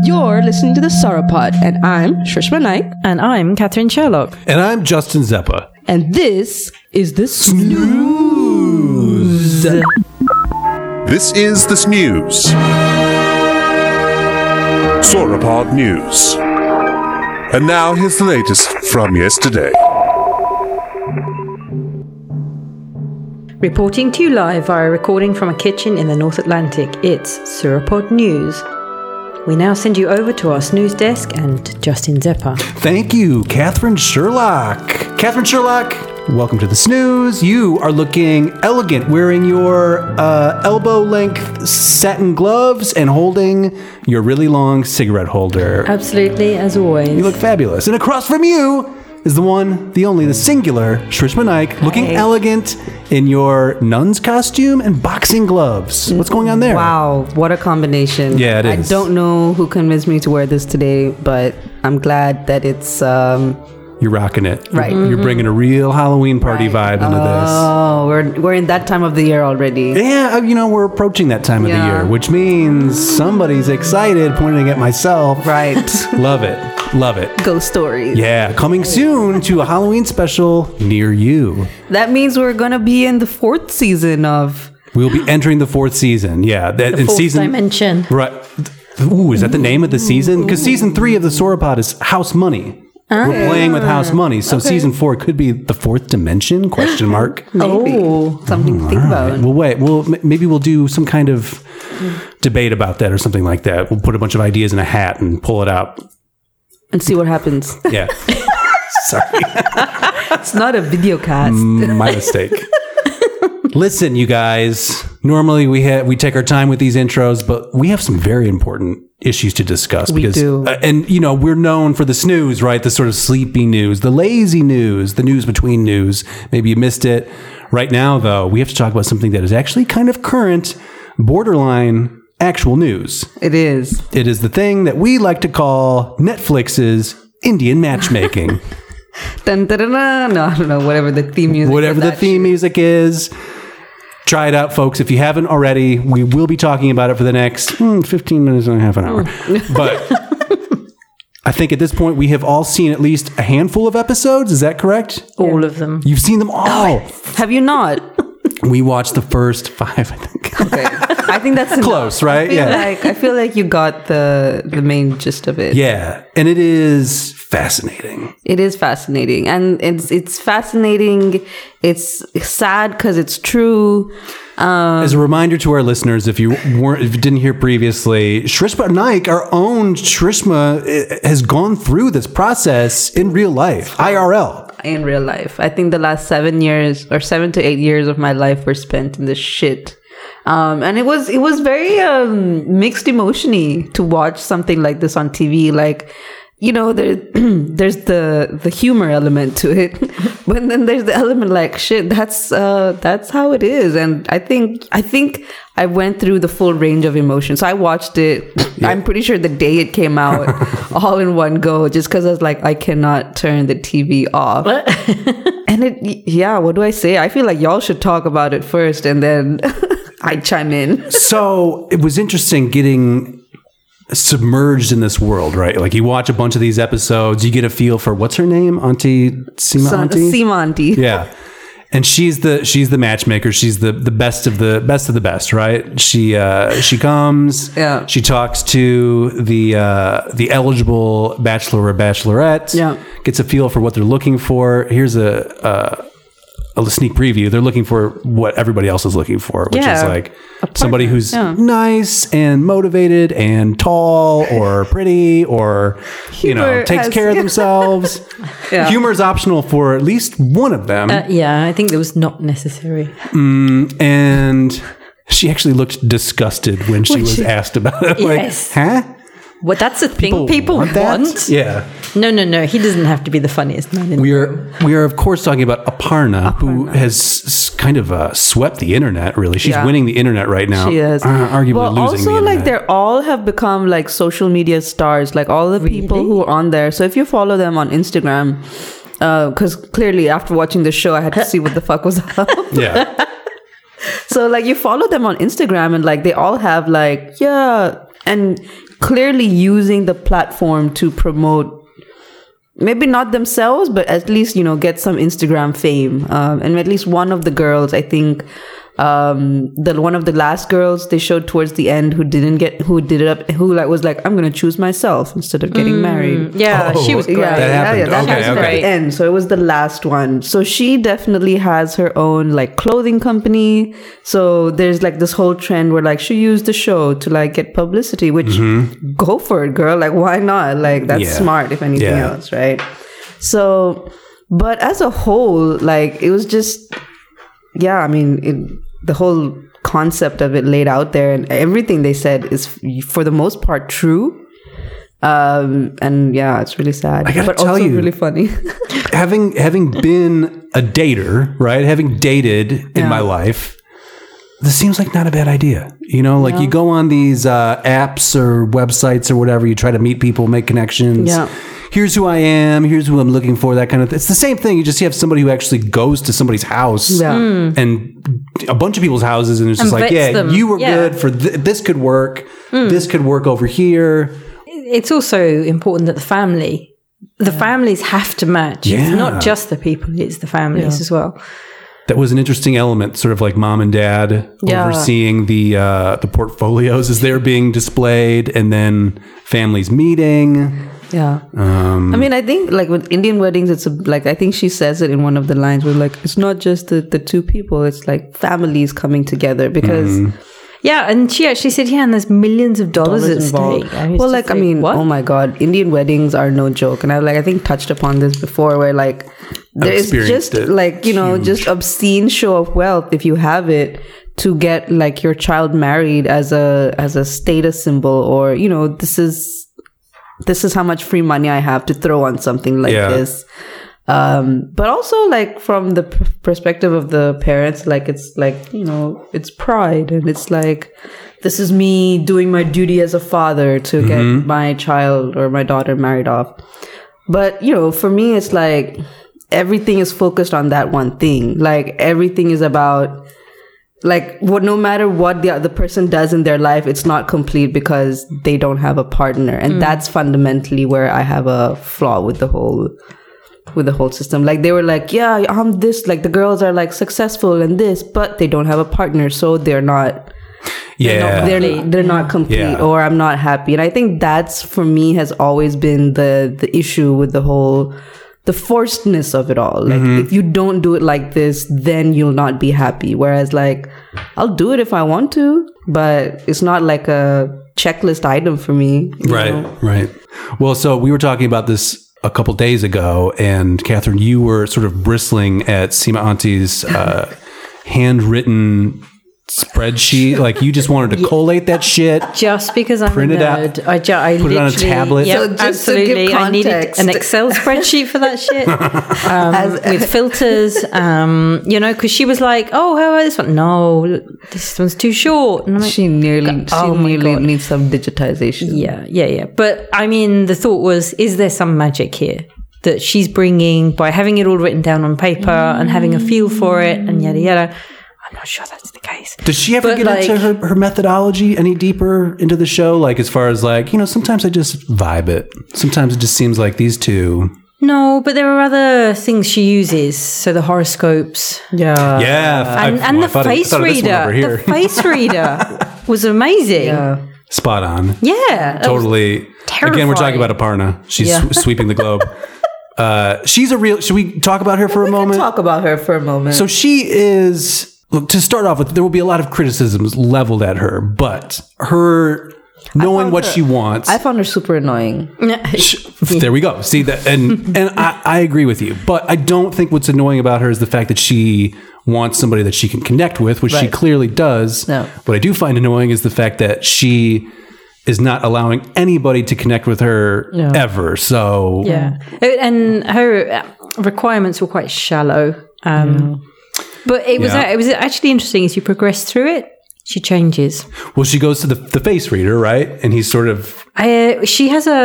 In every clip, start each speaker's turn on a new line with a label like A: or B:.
A: You're listening to the Sorrow Pod, and I'm Shrishma Naik,
B: And I'm Catherine Sherlock.
C: And I'm Justin Zeppa.
A: and this is the Snooze.
D: This is the snooze. Sauropod News. And now here's the latest from yesterday.
B: Reporting to you live via recording from a kitchen in the North Atlantic, it's Surapod News. We now send you over to our snooze desk and Justin Zeppa.
C: Thank you, Catherine Sherlock. Catherine Sherlock, welcome to the snooze. You are looking elegant, wearing your uh, elbow length satin gloves and holding your really long cigarette holder.
B: Absolutely, as
C: You
B: always.
C: look fabulous. And across from you is the one, the only, the singular Shrishma Naik, looking elegant in your nun's costume and boxing gloves. What's going on there?
E: Wow, Oh, what a combination.
C: Yeah, it is.
E: I don't know who convinced me to wear this today, but I'm glad that it's um
C: You're rocking it.
E: Right. Mm-hmm.
C: You're bringing a real Halloween party vibe into this.
E: oh, we're we're in that time of the year already.
C: Yeah, uh, you know, we're approaching that time of the
E: Yeah.
C: year, which means somebody's excited pointing at myself.
E: Right.
C: Love it. Love it.
E: Ghost stories.
C: Yeah, coming soon to a Halloween special near you.
E: That means we're going to be in the fourth season of
C: We'll be entering the fourth season. Yeah, that in
B: Fourth
C: season
B: dimension.
C: Right. Ooh, is that the name of the season? Because season three of the Sauropod is House Money. We're playing with house money, so season four could be the fourth dimension? Question mark.
E: maybe something to think
C: Oh. All
E: about.
C: right. Well, wait. Well, m- maybe we'll do some kind of debate about that or something like that. We'll put a bunch of ideas in a hat and pull it out.
E: And see what happens.
C: Yeah. Sorry,
E: It's not a video cast.
C: Mm, my mistake. Listen, you guys. Normally we ha- we take our time with these intros, but we have some very important issues to discuss. We
E: do.
C: uh, and you know we're known for the snooze, right? The sort of sleepy news, the lazy news, the news between news. Maybe you missed it. Right now, though, we have to talk about something that is actually kind of current, borderline actual news.
E: It is.
C: It is the thing that we like to call Netflix's Indian matchmaking.
E: Dun, dun, dun, dun. No, I don't know, whatever the theme music
C: Whatever
E: for
C: the
E: that
C: theme
E: shit.
C: music is, try it out, folks. If you haven't already, we will be talking about it for the next hmm, 15 minutes and a half an hour. But I think at this point, we have all seen at least a handful of episodes. Is that correct?
B: All of them.
C: You've seen them all.
E: Have you not?
C: We watched the first five, I think.
E: Okay. I think that's enough.
C: Close, right?
E: I feel like I feel like you got the the main gist of it.
C: Yeah. And it is fascinating.
E: It is fascinating, and it's it's fascinating. It's sad because it's true.
C: As a reminder to our listeners, if you weren't, if you didn't hear previously, Shrishma Naik, our own Shrishma, eh, has gone through this process in real life, IRL.
E: in real life. I think the last seven years or seven to eight years of my life were spent in this shit. Um, and it was it was very um, mixed emotiony to watch something like this on TV. Like, you know, there, there's the the humor element to it, but then there's the element like shit. That's uh, that's how it is. And I think I think I went through the full range of emotion. So I watched it. I'm pretty sure the day it came out, all in one go, just because I was like, I cannot turn the TV off. And it, y- yeah, what do I say? I feel like y'all should talk about it first and then I chime in.
C: So it was interesting getting submerged in this world, right? Like you watch a bunch of these episodes, you get a feel for what's her name, Auntie Seema.
E: So,
C: Auntie?
E: Simanti.
C: yeah. And she's the she's the matchmaker. She's the the best of the best of the best, right? She uh, she comes.
E: Yeah.
C: She talks to the uh, the eligible bachelor or bachelorette.
E: Yeah.
C: Gets a feel for what they're looking for. Here's a uh, a sneak preview. They're looking for what everybody else is looking for, which is
E: Yeah.
C: like somebody who's nice and motivated and tall or pretty or you know
E: Humor
C: takes
E: has-
C: care of themselves.
E: Yeah. Uh.
C: Humor is optional for at least one of them.
B: Uh, yeah, I think that was not necessary.
C: and she actually looked disgusted when she was asked about it. Like,
B: Yes.
C: huh?
B: Well, that's the thing people, want.
C: that? Yeah.
B: No, no, no. He doesn't have to be the funniest man in
C: We are, we are, of course, talking about Aparna, who has s- kind of uh, swept the internet, really. She's
E: Yeah.
C: winning the internet right now.
E: She is.
C: Uh, arguably
E: well,
C: losing
E: also
C: the internet.
E: like they're all have become like social media stars, like all the people who are on there. So if you follow them on Instagram, because clearly after watching the show, I had to see what the fuck was up.
C: yeah.
E: so like you follow them on Instagram and like they all have like yeah, and clearly using the platform to promote maybe not themselves, but at least you know get some Instagram fame. Um, and at least one of the girls, I think, um, the one of the last girls they showed towards the end who didn't get who did it up who like was like I'm gonna choose myself instead of getting married.
F: Yeah,
C: Oh.
F: she was great.
E: Yeah,
C: That
E: yeah,
C: happened.
E: yeah, that
C: Okay,
E: was
C: okay.
E: at the end. So it was the last one. So she definitely has her own like clothing company. So there's like this whole trend where like she used the show to like get publicity, which go for it, girl. Like why not? Like that's
C: Mm-hmm. Yeah.
E: smart if anything
C: Yeah.
E: else, right? So, but as a whole, like it was just, yeah. I mean, it, the whole concept of it laid out there, and everything they said is f- for the most part true. Um, and yeah, it's really sad,
C: gotta
E: but
C: tell
E: also
C: you.
E: really funny.
C: having having been a dater, right? Having dated in my life, this seems like not a bad idea. You know, like you go on these uh, apps or websites or whatever, you try to meet people, make connections.
E: Yeah.
C: Here's who I am. Here's who I'm looking for. That kind of. thing. It's the same thing. You just have somebody who actually goes to somebody's house
E: Yeah.
C: and a bunch of people's houses, and it's just
B: And
C: like,
B: vets
C: yeah,
B: Mm. them.
C: you were
B: Yeah. Mm.
C: good for th- this. Could work. This could work over here.
B: It's also important that the family, the families have to match.
C: Yeah.
B: It's not just the people; it's the families as well.
C: that was an interesting element, sort of like mom and dad
E: Yeah.
C: overseeing the uh, the portfolios as they're being displayed, and then families meeting.
E: yeah. I mean, I think like with Indian weddings, it's a, like, I think she says it in one of the lines where like, it's not just the, the two people, it's like families coming together because
C: Mm-hmm.
B: Yeah, and she actually said, "Yeah, and there's millions of dollars, at stake." I was just
E: Well, like I mean,
B: what?
E: oh my God, Indian weddings are no joke, and I like I think touched upon this before, where like there is
C: experienced it.
E: just like you know just obscene show of wealth if you have it to get like your child married as a as a status symbol or you know this is this is how much free money I have to throw on something like
C: Yeah.
E: this. Um, but also like from the p- perspective of the parents, like it's like, you know, it's pride and it's like, this is me doing my duty as a father to get my child or my daughter married off. But, you know, for me, it's like everything is focused on that one thing. Like everything is about, like what no matter what the other person does in their life it's not complete because they don't have a partner and that's fundamentally where i have a flaw with the whole with the whole system like they were like yeah i'm this like the girls are like successful and this but they don't have a partner so they're not
C: Yeah,
E: they're they're not complete
C: Yeah.
E: or i'm not happy and i think that's for me has always been the the issue with the whole the forcedness of it all like
C: Mm-hmm.
E: if you don't do it like this then you'll not be happy whereas like i'll do it if i want to but it's not like a checklist item for me you
C: right,
E: know?
C: right. Well, so we were talking about this a couple days ago, and Catherine, you were sort of bristling at Seema Auntie's uh, handwritten spreadsheet. Like you just wanted to collate that shit.
B: just because I'm
C: Print
B: a
C: it out,
B: nerd, I, ju- I
C: put it
B: literally,
C: on a tablet.
B: Yeah,
E: So just to
B: absolutely.
E: give
B: I needed
E: context.
B: an Excel spreadsheet for that shit um, with filters, um, you know, because she was like, "Oh, how about this one? No, this one's too short." And I'm like,
E: she nearly
B: Oh
E: she
B: my
E: nearly
B: God.
E: needs some digitization
B: yeah, yeah, yeah. But I mean, the thought was, is there some magic here that she's bringing by having it all written down on paper and having a feel for it and yada yada? I'm not sure that's the case.
C: Does she ever
B: But,
C: get into
B: like-
C: her, her methodology any deeper into the show? Like, as far as like, you know, sometimes I just vibe it. Sometimes it just seems like these two.
B: No, but there are other things she uses. So the horoscopes,
E: yeah
C: yeah. I-
B: and,
C: well,
B: and
C: I
B: the
C: thought of- I
B: face
C: thought of this one
B: reader.
C: over here.
B: The face reader was amazing. Yeah,
C: Spot on.
B: that was-
C: Totally. Again, we're talking
B: terrifying.
C: about Aparna. She's sw- sweeping the globe. uh, she's a real. Should we talk about her for a moment?
E: talk about her for a moment
C: So she is. Look, to start off with, there will be a lot of criticisms leveled at her, but her knowing what she wants.
E: i found her super annoying
C: Sh- there we go. See that, and and I, I agree with you. But I don't think what's annoying about her is the fact that she wants somebody that she can connect with, which she
E: Right.
C: clearly does.
E: No.
C: What I do find annoying is the fact that she is not allowing anybody to connect with her ever. So
B: Yeah, Uh, and her uh, requirements were quite shallow. Um, But it was
C: Yeah.
B: it was actually interesting as you progress through it. She changes.
C: well, she goes to the the face reader, right? And he's sort of
B: Uh, she has a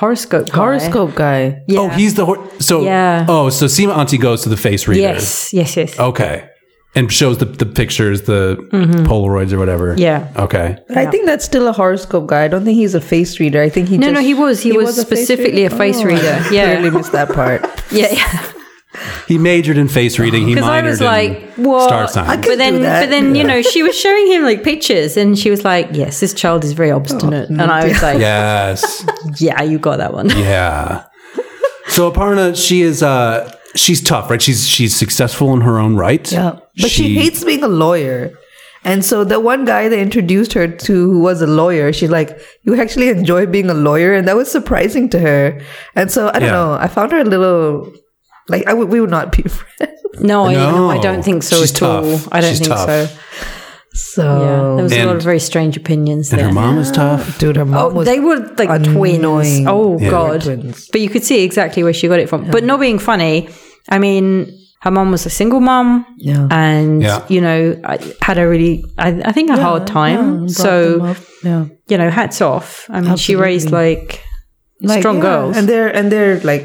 B: horoscope. guy.
E: horoscope guy
B: Yeah.
C: oh, he's the hor- so
B: Yeah.
C: oh, so Seema Auntie goes to the face reader.
B: yes, yes, yes.
C: Okay. and shows the, the pictures, the Polaroids or whatever.
B: Mm-hmm. Yeah.
C: Okay.
E: But I think that's still a horoscope guy. I don't think he's a face reader. I think he
B: No,
E: just,
B: no, he was. He, was,
E: face
B: specifically a face
E: Oh,
B: reader.
E: I
B: Yeah.
E: clearly missed that part.
B: yeah, yeah.
C: He majored in face reading. He
B: Because
C: minored
B: I was
C: in
B: like, what?
C: star sign.
E: could
B: But then,
E: do that.
B: but then, you know, she was showing him like pictures, and she was like, "Yes, this child is
E: Oh,
B: very obstinate." and I was like, yeah.
C: yes.
B: you got that one."
C: Yeah. So Aparna, she is uh she's tough, right? She's she's successful in her own right.
E: Yeah. Oh, But she, hates being a lawyer. And so the one guy they introduced her to who was a lawyer, she's like, You actually enjoy being a lawyer? And that was surprising to her. And so I don't
C: Yeah.
E: know. I found her a little like I would we would not be friends.
B: No, I,
C: No.
B: I don't think so
C: She's
B: at all.
C: tough.
B: I don't
C: She's
B: think
C: tough.
B: so. Yeah,
E: So
B: there was a lot
C: And-
B: of very strange opinions
C: and
B: there.
C: her mom is tough.
E: dude, her mom
B: Oh,
E: was
B: they were like twins.
E: annoying.
B: Oh
E: Yeah.
B: god!
E: Twins.
B: But you could see exactly where she got it from. But not being funny, I mean, her mom was a single mom,
E: Yeah.
B: and
C: Yeah.
B: you know, I had a really, I, I think, a hard time. so
E: yeah.
B: you know, hats off. I mean, she raised like,
E: Like,
B: strong
E: yeah,
B: girls.
E: And they're and they're like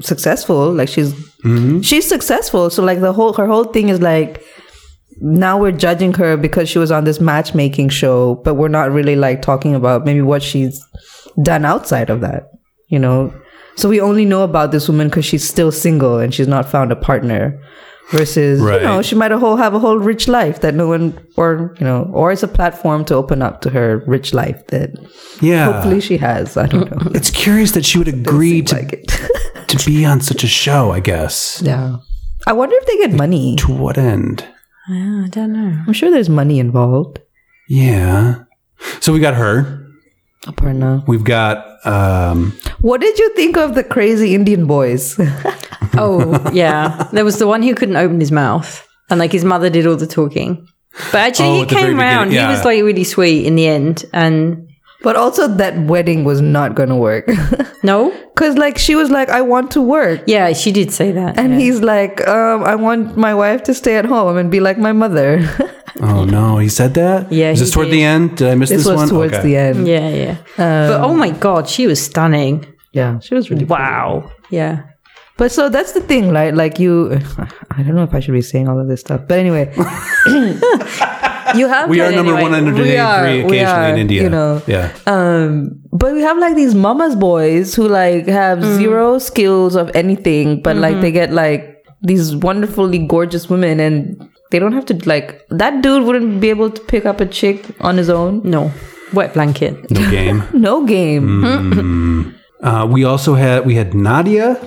E: successful. Like she's she's successful. So like the whole her whole thing is like now we're judging her because she was on this matchmaking show, but we're not really like talking about maybe what she's done outside of that, you know. So we only know about this woman because she's still single and she's not found a partner. Versus,
C: Right.
E: you know, she might a whole have a whole rich life that no one, or you know, or it's a platform to open up to her rich life that
C: Yeah.
E: hopefully she has. I don't know.
C: It's curious that she would agree to,
E: like it.
C: to be on such a show, I guess.
E: Yeah. I wonder if they get money.
C: To what end?
B: I don't know.
E: I'm sure there's money involved.
C: Yeah. So we got her.
E: Aparna.
C: We've got um
E: What did you think of the crazy Indian boys?
B: Oh yeah, there was the one who couldn't open his mouth, and like his mother did all the talking. But actually,
C: Oh,
B: he
C: at the very
B: came round.
C: beginning,
B: He
C: yeah.
B: was like really sweet in the end, and
E: but also that wedding was not going to work.
B: no,
E: Cuz like she was like I want to work.
B: yeah, she did say that.
E: And he's like um I want my wife to stay at home and be like my mother.
C: Oh no, he said that?
B: Yeah,
C: Is
B: he
C: this toward
B: did.
C: the end? Did I miss this,
E: this was
C: one?
E: towards
C: Okay.
E: the end.
B: Yeah, yeah. but oh my god, she was stunning.
E: Yeah, she was really
B: Wow. Yeah.
E: But so that's the thing, right? Like you, I don't know if I should be saying all of this stuff, but anyway, you have.
C: We
E: like-
C: are number
E: anyway,
C: one hundred and
E: we
C: eighty-three
E: are- we
C: occasionally
E: are,
C: in India.
E: You know,
C: yeah.
E: Um, but we have like these mama's boys who like have zero skills of anything, but like they get like these wonderfully gorgeous women and they don't have to like that dude wouldn't be able to pick up a chick on his own.
B: No. Wet blanket.
C: No game.
E: No game.
C: Uh, we also had we had Nadia,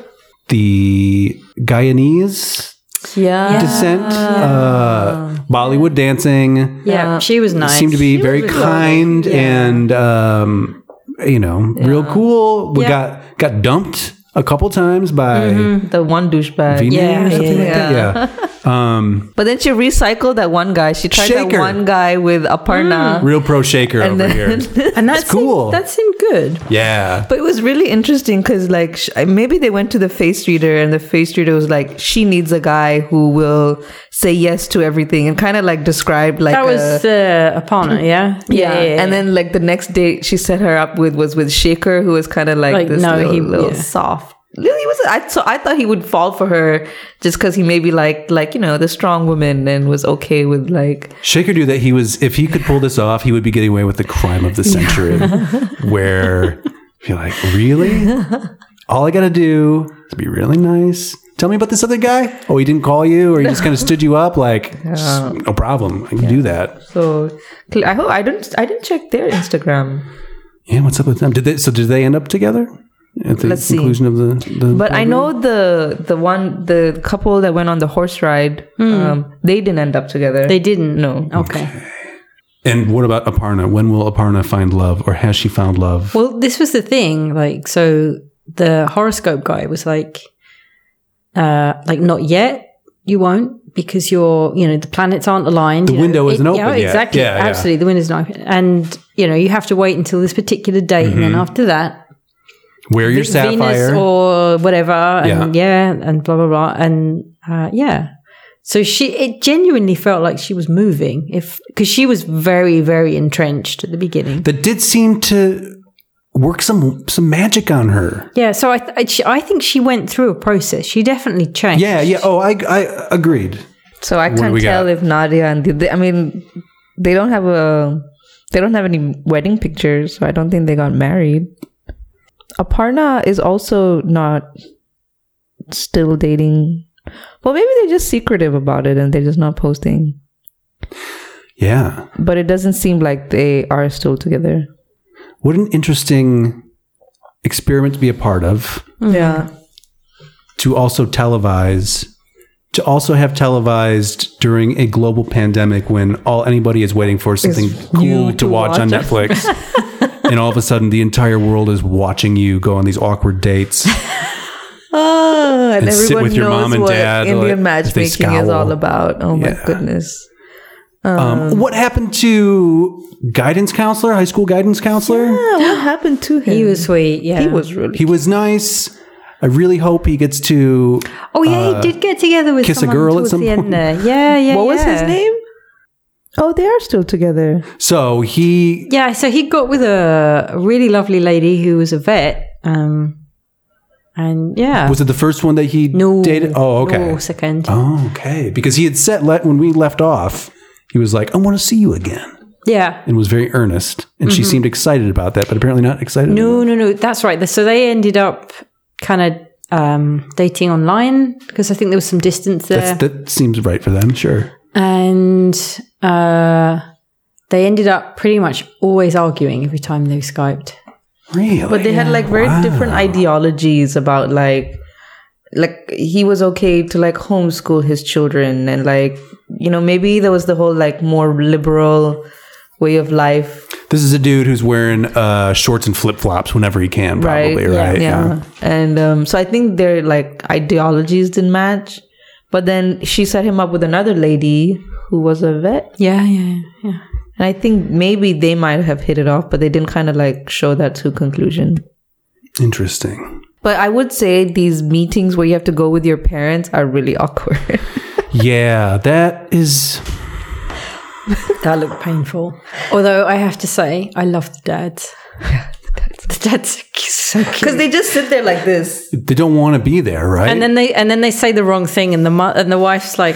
C: the Guyanese
E: Yeah.
C: descent,
B: Ah.
C: uh, Bollywood dancing.
B: Yeah. She was nice.
C: Seemed to be very kind and um, you know real cool. We got got dumped a couple times by
B: Mm-hmm.
E: The one douchebag.
C: Vinay
B: Yeah,
C: or something
B: yeah,
C: like that. Yeah, um,
E: But then she recycled that one guy. She tried
C: Shaker.
E: that one guy with Aparna.
C: real pro shaker over here.
B: and that's
C: cool.
B: that seemed good.
C: Yeah,
E: But it was really interesting because, like, sh- maybe they went to the face reader, and the face reader was like, "She needs a guy who will say yes to everything," and kind of like described like
B: That
E: a-
B: was the uh, Aparna, yeah?
E: yeah. And then like the next date she set her up with was with Shaker, who was kind of like,
B: Like,
E: this
B: no,
E: little,
B: he-
E: little
B: yeah.
E: soft. Really, He was I so I thought he would fall for her just because he maybe liked like you know the strong woman and was okay with like
C: Shaker knew that he was. If he could pull this off, he would be getting away with the crime of the century. where you're like, really? All I gotta do is be really nice. Tell me about this other guy. Oh, he didn't call you, or he just kind of stood you up. Like, "S- no problem. I can do that.
E: so cl- I hope I didn't I didn't check their Instagram
C: Yeah, what's up with them? Did they? So did they end up together at the
E: Let's see.
C: conclusion of the? the
E: But I
G: Mm-hmm.
E: know the the one the couple that went on the horse ride,
G: Hmm.
E: um, they didn't end up together.
B: they didn't.
E: no.
B: Okay.
C: and what about Aparna? When will Aparna find love, or has she found love?
B: Well, this was the thing. Like, so the horoscope guy was like, uh, like, not yet. You won't because you're, you know, the planets aren't aligned. The
C: window isn't open
B: Yeah,
C: yet.
B: exactly.
C: Yeah, yeah.
B: Absolutely. The window's not open. And, you know, you have to wait until this particular date. And then after that,
C: Wear Mm-hmm. your sapphire.
B: Venus or whatever, and
C: Yeah.
B: yeah, and blah blah blah, and uh, yeah. So she, it genuinely felt like she was moving, if because she was very very entrenched at the beginning.
C: that did seem to work some some magic on her.
B: Yeah, so I, th- I- she- I think she went through a process. She definitely changed.
C: Yeah, yeah. Oh, I I agreed.
G: So I
C: do
G: can't
C: we got?
G: tell if Nadia and the, they, I mean, they don't have a, they don't have any wedding pictures, so I don't think they got married. Aparna is also not still dating. Well, maybe they're just secretive about it and they're just not posting.
C: Yeah.
G: But it doesn't seem like they are still together.
C: What an interesting experiment to be a part of.
G: Yeah.
C: to also televise to also have televised during a global pandemic when all anybody is waiting for is something cool to, watch, on Netflix. and all of a sudden the entire world is watching you go on these awkward dates.
G: Oh, and,
C: And sit
G: everyone
C: with your
G: knows
C: mom and
G: what
C: dad,
G: Indian
C: like, if they
G: matchmaking is all
C: scowl.
G: about. Oh my
C: Yeah.
G: goodness.
C: Um, what happened to guidance counselor, high school guidance counselor?
G: what happened to him?
B: He was sweet. Yeah.
G: He was really.
C: He was nice. I really hope he gets to
B: Oh yeah, he did get together with
C: uh, kiss a
B: someone
C: girl at
B: towards
C: some
B: the
C: point.
B: end there. Yeah, yeah.
G: What was his
B: yeah.
G: name? Oh, they are still together.
C: so he
B: Yeah, so he got with a really lovely lady who was a vet. Um, and yeah,
C: was it the first one that he
B: no,
C: dated? Oh, okay.
B: no, second.
C: Oh, okay. Because he had said let when we left off, he was like, "I want to see you again,"
B: Yeah,
C: and was very earnest. And
E: Mm-hmm.
C: she seemed excited about that, but apparently not excited.
B: no, no, no. That's right. So they ended up kind of um, dating online because I think there was some distance there.
C: That's, that seems right for them. Sure.
B: and uh, they ended up pretty much always arguing every time they Skyped.
C: Really.
E: But they had like very different ideologies about like like he was okay to like homeschool his children and like you know maybe there was the whole like more liberal way of life
C: this is a dude who's wearing uh, shorts and flip flops whenever he can,
E: right
C: probably. Right.
E: and um so i think their like ideologies didn't match but then she set him up with another lady who was a vet
B: Yeah, yeah, yeah.
E: and i think maybe they might have hit it off but they didn't kind of like show that to conclusion
C: Interesting.
E: But I would say these meetings where you have to go with your parents are really awkward.
C: Yeah, that is.
B: That looked painful. Although I have to say, I love the dads. the dads are so cute.
E: Because they just sit there like this.
C: They don't want to be there, right?
B: And then they and then they say the wrong thing, and the mu- and the wife's like,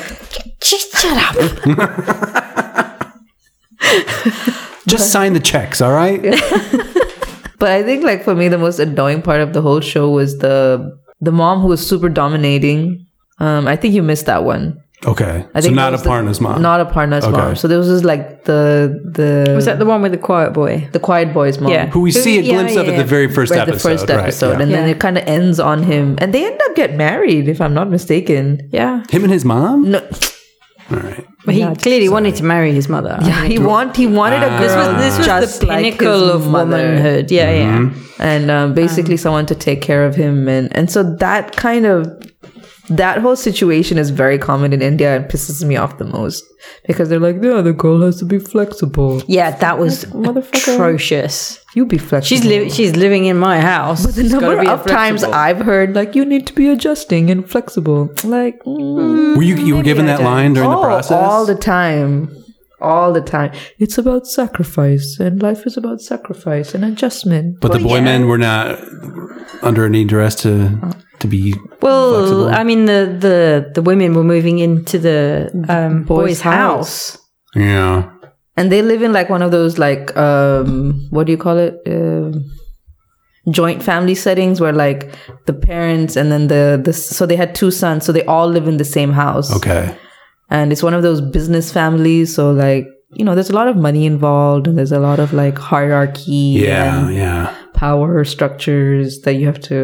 B: "Just shut up."
C: Just sign the checks, all right?
E: But I think like for me the most annoying part of the whole show was the the mom who was super dominating. Um, I think you missed that one.
C: Okay.
E: I
C: so
E: think
C: not
E: that was the-
C: Aparna's mom.
E: Not Aparna's
C: Okay.
E: mom. So there was just like the the
B: Was that the one with the quiet boy?
E: the quiet boy's mom.
B: Yeah.
C: who we see a
B: Yeah,
C: glimpse of
B: yeah,
C: at
B: yeah.
C: the very first
E: Right,
C: episode.
E: the first
C: right,
E: episode,
C: yeah.
E: and then
B: Yeah.
E: it kind of ends on him, and they end up get married, if I'm not mistaken.
B: Yeah,
C: Him and his mom?
E: No,
C: All right.
B: but he clearly wanted to marry his mother.
E: yeah, he want he wanted
C: Ah.
E: a girl.
B: This was this was
E: just
B: the
E: like his
B: pinnacle of
E: mother.
B: womanhood. Yeah, yeah.
E: and um, basically someone to take care of him and and so that kind of that whole situation is very common in India and pisses me off the most because they're like, yeah, the girl has to be flexible.
B: Yeah, that was atrocious.
E: You be flexible.
B: She's li- she's living in my house. But
E: the number of times I've heard like you need to be adjusting and flexible. Like mm,
C: Were you you were given that line during the
E: oh,
C: process?
E: all the time, all the time. It's about sacrifice, and life is about sacrifice and adjustment.
C: but the boy men were not under any duress to to be
B: Well,
C: flexible.
B: I mean the, the the women were moving into the um, boy's,
E: boy's
B: house.
C: yeah.
E: and they live in like one of those like um what do you call it um joint family settings where like the parents and then the the so they had two sons so they all live in the same house
C: Okay.
E: and it's one of those business families so like you know there's a lot of money involved and there's a lot of like hierarchy
C: Yeah,
E: and
C: yeah.
E: power structures that you have to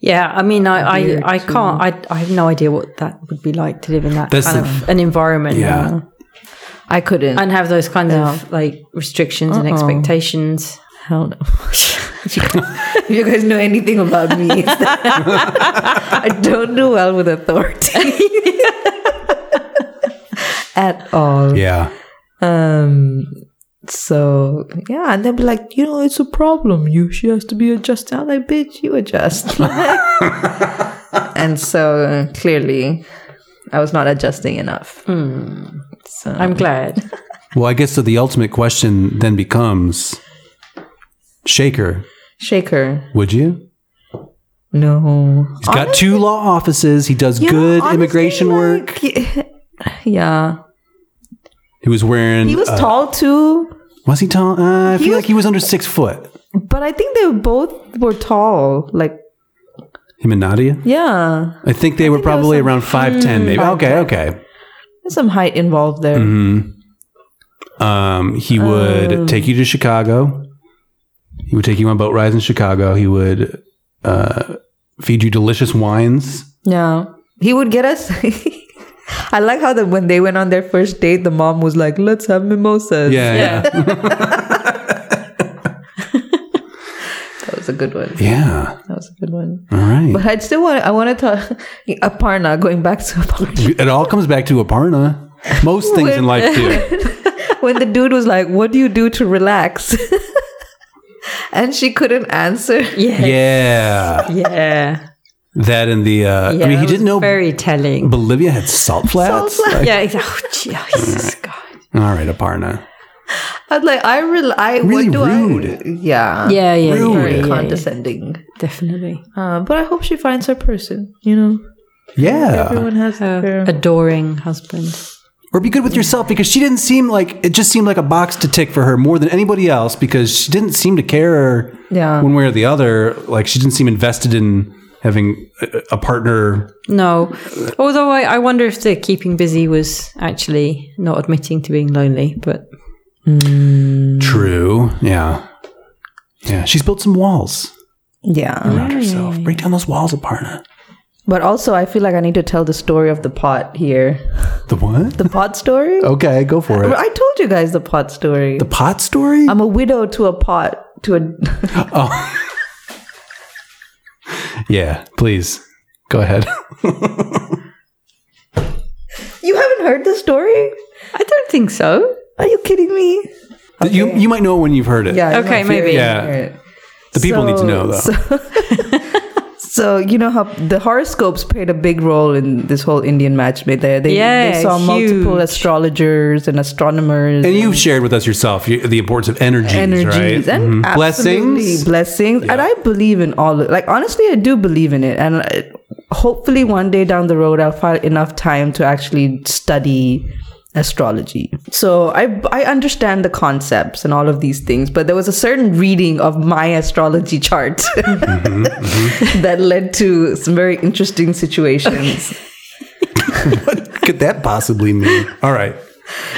B: Yeah, I mean, I, I, I can't. I, I have no idea what that would be like to live in that
C: That's
B: kind
C: the-
B: of an environment.
C: Yeah.
E: i couldn't
B: and have those kinds of like restrictions and expectations.
E: Hell no. if you guys know anything about me, it's that I don't do well with authority at all.
C: Yeah.
E: Um, so yeah, and they'll be like, you know, it's a problem. You she has to be adjusted. I'm like, bitch, you adjust. and so uh, clearly, I was not adjusting enough.
B: I'm glad.
C: Well, I guess so the ultimate question then becomes Shaker,
E: Shaker,
C: would you?
E: no.
C: He's got two law offices. He does good immigration work.
E: Like, Yeah.
C: He was wearing.
H: He was
C: uh,
H: tall too,
C: Was he tall? Uh, I feel
H: was-
C: like he was under six foot.
H: but I think they both were tall. Like
C: Him and Nadia.
E: Yeah.
C: I think they were probably around five ten, maybe. Okay, okay.
E: There's some height involved there.
C: Mm-hmm. Um, he would take you to Chicago. He would take you on boat rides in Chicago. He would uh, feed you delicious wines.
E: Yeah. He would get us. I like how that when they went on their first date, the mom was like, let's have mimosas.
C: Yeah, yeah,
E: That was a good one.
C: yeah.
E: That was a good one.
C: All right.
E: But I'd still want, I want to talk, Aparna, going back to Aparna.
C: It all comes back to Aparna. Most things in life do.
E: when the dude was like, what do you do to relax? and she couldn't answer.
C: Yeah,
B: Yeah.
C: that and the. Uh, I mean, he didn't know
B: Very telling.
C: Bolivia had salt flats. Like,
B: Yeah. he's- Oh, Jesus God.
C: All right, Aparna.
E: I was like, I, rel- I
C: Really
E: what do
C: rude.
E: I? Yeah.
B: Yeah. Yeah.
C: Rude.
B: yeah,
E: Very
B: yeah, yeah.
E: condescending.
B: Definitely.
E: Uh, but I hope she finds her person, you know?
C: Yeah.
E: Everyone has their.
B: Adoring husband.
C: or be good with yourself because she didn't seem like it just seemed like a box to tick for her more than anybody else because she didn't seem to care
E: Yeah.
C: one way or the other like she didn't seem invested in having a, a partner
B: No. Although I, I wonder if the keeping busy was actually not admitting to being lonely, but
C: true yeah yeah she's built some walls
E: Yeah.
C: around herself break down those walls aparna
E: But also, I feel like I need to tell the story of the pot here.
C: the what
E: The pot story?
B: Oh.
C: okay go for it
E: I told you guys the pot story.
C: the pot story
E: I'm a widow to a pot to a
C: yeah please go ahead
E: You haven't heard the story?
B: I don't think so.
E: Are you kidding me?
C: you you might know it when you've heard it
E: Yeah.
B: Okay, maybe.
C: yeah the people need to know though
E: So you know how the horoscopes played a big role in this whole Indian matchmaking. They they,
B: Yeah,
E: they saw multiple
B: huge.
E: astrologers and astronomers.
C: And you've shared with us yourself you- the importance of energies,
E: energies
C: right?
E: and
C: Mhm.
E: absolutely
C: blessings.
E: blessings and i believe in all of- like honestly i do believe in it and I, hopefully one day down the road i'll find enough time to actually study astrology so i i understand the concepts and all of these things but there was a certain reading of my astrology chart that led to some very interesting situations
C: what could that possibly mean? All right.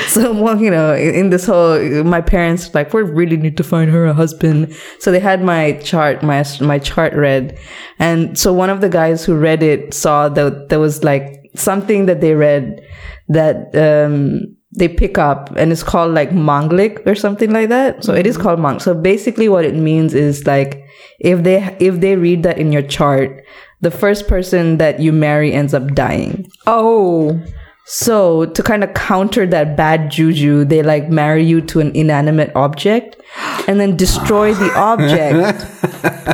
E: So well, you know, in in this whole, my parents like we really need to find her a husband. So they had my chart, my my chart read, and so one of the guys who read it saw that there was like something that they read that um, they pick up, and it's called like Manglik or something like that. So it is called Mang. So basically, what it means is like if they if they read that in your chart, the first person that you marry ends up dying. Oh. So to kind of counter that bad juju, they like marry you to an inanimate object and then destroy the object.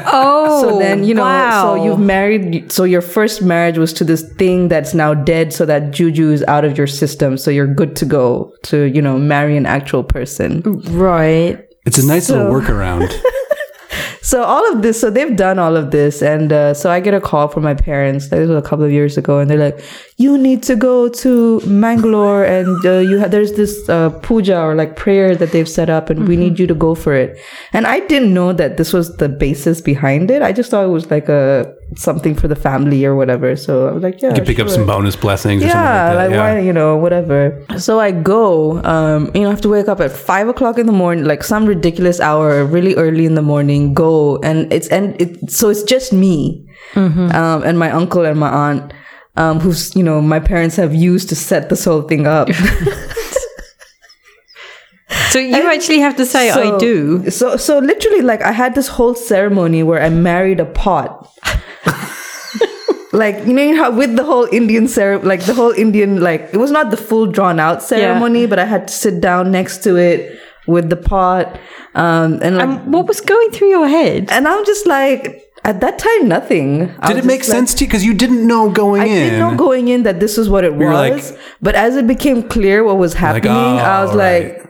B: Oh,
E: So then, you know, so
B: wow.
E: you've married so your first marriage was to this thing that's now dead so that juju is out of your system so you're good to go to, you know, marry an actual person.
B: right.
C: It's a nice little workaround.
E: so all of this so they've done all of this and uh, so i get a call from my parents this was a couple of years ago and they're like you need to go to mangalore and uh, you ha- there's this uh, puja or like prayer that they've set up and we need you to go for it and i didn't know that this was the basis behind it i just thought it was like a something for the family or whatever so i was like yeah
C: You pick up
E: sure."
C: some bonus blessings or
E: yeah, like,
C: something like that.
E: why, you know, whatever. So I go, um, you know, I have to wake up at five o'clock in the morning, like some ridiculous hour, really early in the morning, go. And it's, and it, so it's just me,
A: Mm-hmm.
E: um, and my uncle and my aunt, um, who's, you know, my parents have used to set this whole thing up.
B: So you actually have to say I do.
E: So, so literally, like I had this whole ceremony where I married a pot. like you know how with the whole Indian ceremony, like the whole Indian, like it was not the full drawn out ceremony, but I had to sit down next to it with the pot, um, and like,
B: Um, what was going through your head?
E: and I'm just like at that time nothing.
C: Did it make sense to you? Because you didn't know going
E: I
C: in.
E: didn't know going in that this is what it
C: were like-
E: was, but as it became clear what was
C: Like,
E: happening, I
C: oh,
E: was
C: right.
E: like,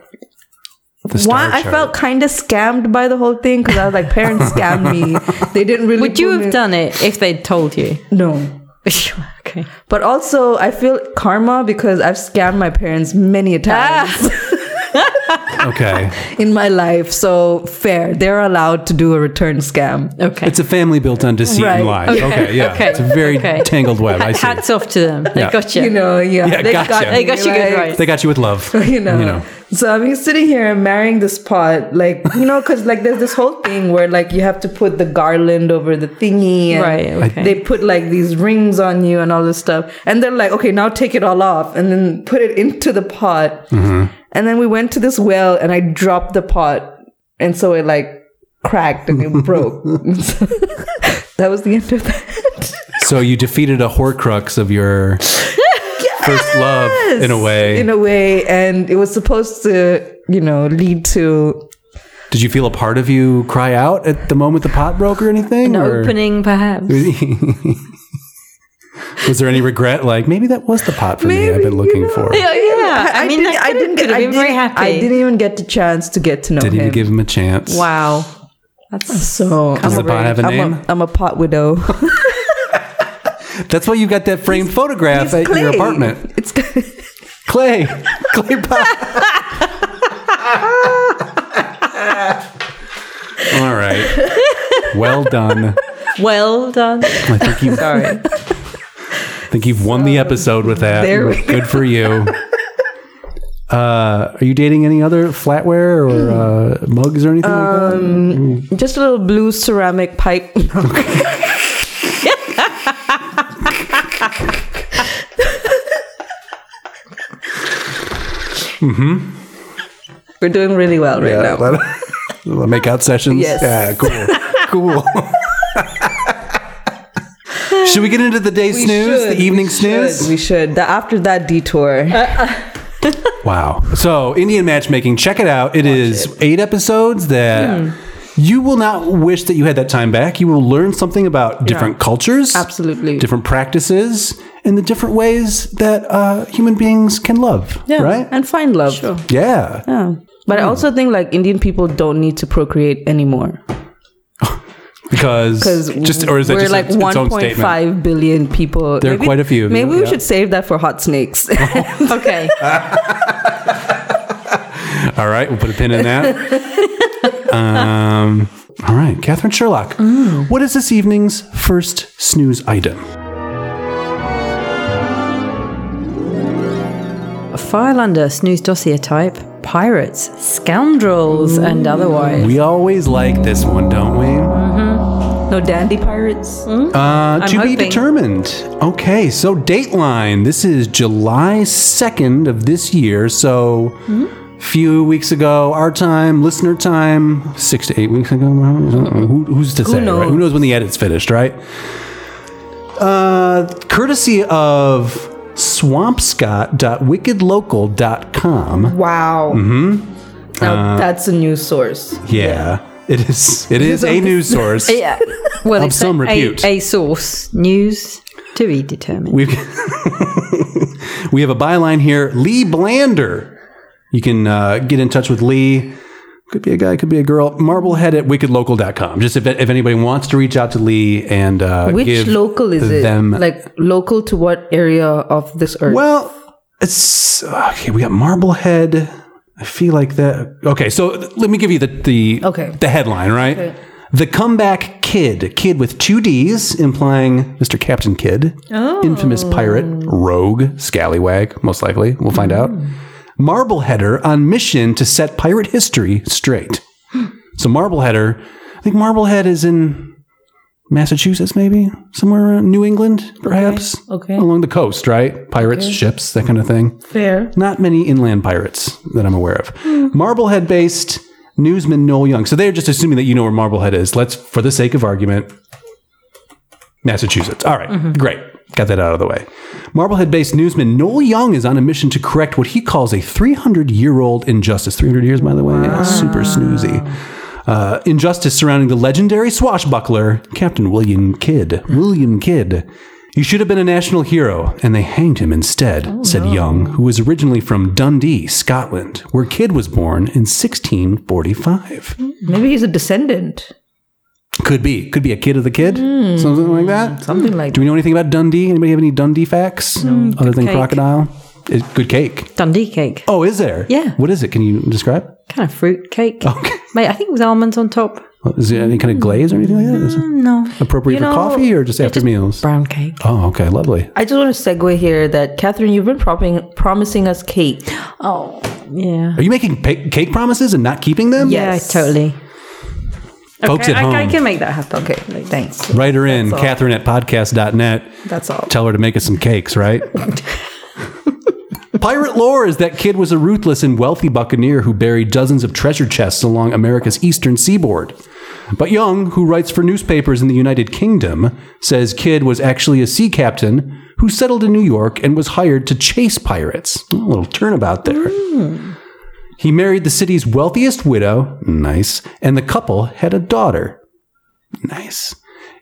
C: The
E: Why
C: star
E: I
C: chart.
E: felt kind of scammed by the whole thing because I was like, parents scammed me. They didn't really.
B: Would you
E: put
B: have
E: me-
B: done it if they'd told you?
E: No.
B: okay.
E: But also, I feel karma because I've scammed my parents many a
B: Ah.
E: times
C: Okay.
E: in my life. So fair, they're allowed to do a return scam.
B: Okay.
C: It's a family built on deceit
E: Right.
C: and lies. Okay. yeah.
B: Okay.
C: It's a very
B: Okay.
C: tangled web. I see.
B: Hats off to them. They
C: Yeah.
B: got you.
E: You know, yeah,
C: Yeah,
E: they
C: gotcha.
E: got
B: They got
E: me,
B: you good,
E: like,
B: right?
C: They got you with love.
E: You know.
C: You know.
E: So I'm sitting here and marrying this pot, like you know, because like there's this whole thing where like you have to put the garland over the thingy, and
B: Right, okay.
E: They put like these rings on you and all this stuff, and they're like, okay, now take it all off, and then put it into the pot, and then we went to this well, and I dropped the pot, and so it like cracked and it broke. that was the end of that.
C: So you defeated a horcrux of your first love in a way.
E: In a way, and it was supposed to, you know, lead to
C: Did you feel a part of you cry out at the moment the pot broke or
B: An
C: anything? or-
B: opening, perhaps.
C: Was there any regret? Like maybe that was the pot for me I've been looking for.
B: Yeah, yeah. I, mean, that could've- could've
E: I
B: been very
E: didn't-
B: happy.
E: I didn't even get the chance to get to know
C: Didn't
E: him.
C: even give him a chance.
B: Wow. That's
E: so
C: Does the pot have a
E: I'm
C: name?
E: a, I'm a pot widow.
C: That's why you got that framed photograph at your
E: clay.
C: apartment.
E: It's
C: Clay, clay pot. All right. Well done.
B: well done.
C: I think you. Sorry. I think you've won the episode with that.
E: There we
C: Good for you. Uh, are you dating any other flatware or uh, mugs or anything like that?
E: just a little blue ceramic pipe.
C: Mm-hmm.
E: We're doing really well right now.
C: Little makeout sessions.
E: Yes.
C: Yeah, cool. cool. should we get into the day's snooze, the evening snooze?
E: We should. The, after that detour,
B: Uh,
C: Wow. So, Indian matchmaking, check it out. It is eight episodes that
E: Hmm.
C: you will not wish that you had that time back. You will learn something about different cultures,
E: Absolutely.
C: different practices, and the different ways that uh, human beings can love. Right?
E: and find love.
C: yeah.
E: Yeah. But I also think like Indian people don't need to procreate anymore.
C: Because
E: because
C: just or is that
E: we're
C: just
E: like
C: its own statement?
E: 1.5 billion people.
C: There are quite a few of you,
E: Maybe we
C: yeah. Oh.
E: should save that for hot snakes.
B: Okay.
C: All right, we'll put a pin in that. um, all right, Catherine Sherlock. What is this evening's first snooze item?
B: File under snooze dossier type pirates, scoundrels, and otherwise.
C: We always like this one, don't we?
E: Mm-hmm. no dandy pirates.
C: Uh, to be
B: hoping.
C: determined. Okay, so Dateline. This is July 2nd of this year. So, few weeks ago, our time, listener time, six to eight weeks ago. Who, who's to say? right? Who knows when the edit's finished, right? Uh, courtesy of swampscott.wickedlocal.com.
E: Wow. Mm-hmm.
C: Uh,
E: Now that's a news source.
C: Yeah, it is. It is a news source.
B: Yeah. Well,
C: Of
B: it's
C: some
B: a,
C: repute.
B: A, a source news to be determined.
C: We've we have a byline here, Lee Blander. You can uh, get in touch with Lee. Could be a guy, could be a girl. Marblehead at wickedlocal.com. Just if, if anybody wants to reach out to Lee and uh,
E: Which
C: give
E: local is it?
C: them
E: Like local to what area of this earth?
C: well, it's okay. We got Marblehead. I feel like that. Okay, so th- let me give you the the
E: Okay.
C: the headline. Right, the comeback kid, kid with two D's, implying Mr. Captain Kidd, infamous pirate, rogue, scallywag, most likely. We'll find out. Marbleheader on mission to set pirate history straight. So Marbleheader, I think Marblehead is in Massachusetts, maybe somewhere around New England, perhaps. Okay. Along the coast, right? Pirates, ships, that kind of thing. Fair. Hmm. Not many inland pirates that I'm aware of. Marblehead based newsman Noel Young. So they're just assuming that you know where Marblehead is. Let's, for the sake of argument, Massachusetts. All right, great. Got that out of the way. Marblehead based newsman Noel Young is on a mission to correct what he calls a 300 year old injustice. 300 years, by the way. Super snoozy. Uh, injustice surrounding the legendary swashbuckler, Captain William Kidd. William Kidd. He should have been a national hero, and they hanged him instead,
E: Oh,
C: said Young, who was originally from Dundee, Scotland, where Kidd was born in 1645.
E: maybe he's a descendant. Hmm.
C: Could be. Could be a kid of the kid. Something like that.
E: Something like Mm,
C: Do we know anything about Dundee? Anybody have any Dundee facts other than crocodile? It's good cake.
B: Dundee cake.
C: Oh, is there?
B: Yeah.
C: What is it? Can you describe?
B: Kind of fruit cake.
C: Okay.
B: Mate, I think it was almonds on top.
C: Is it any kind of glaze or anything like that? Is it
B: Mm, No.
C: appropriate for coffee or just after meals?
B: Brown cake.
C: Oh, okay. Lovely.
E: I just want to segue here that Catherine, you've been propping, promising us cake.
B: Yeah.
C: Are you making pa- cake promises and not keeping them?
E: Yes.
B: Yeah, totally.
C: Folks at
B: I,
C: home,
B: I can make that happen.
E: Okay, thanks.
C: write her in, Catherine at podcast.net.
E: That's all.
C: Tell her to make us some cakes, right? Pirate lore is that Kidd was a ruthless and wealthy buccaneer who buried dozens of treasure chests along America's eastern seaboard. But Young, who writes for newspapers in the United Kingdom, says Kidd was actually a sea captain who settled in New York and was hired to chase pirates. A little turnabout there. He married the city's wealthiest widow, nice, and the couple had a daughter, nice.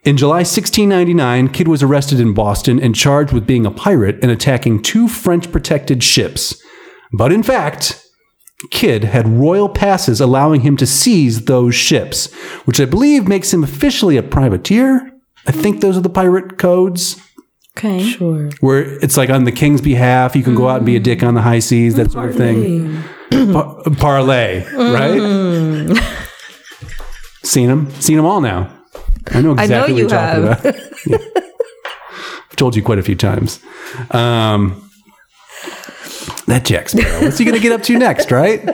C: In July 1699, Kidd was arrested in Boston and charged with being a pirate and attacking two French protected ships. But in fact, Kidd had royal passes allowing him to seize those ships, which I believe makes him officially a privateer. I think those are the pirate codes
B: Okay. Sure.
C: where it's like on the king's behalf, you can go out and be a dick on the high seas, that sort of thing. Pa- parlay, right? Seen them, seen them all now. I know exactly
H: you
C: what you're talking
H: have.
C: about. Yeah. I've told you quite a few times. Um, that Jack Sparrow. What's he going to get up to next, right?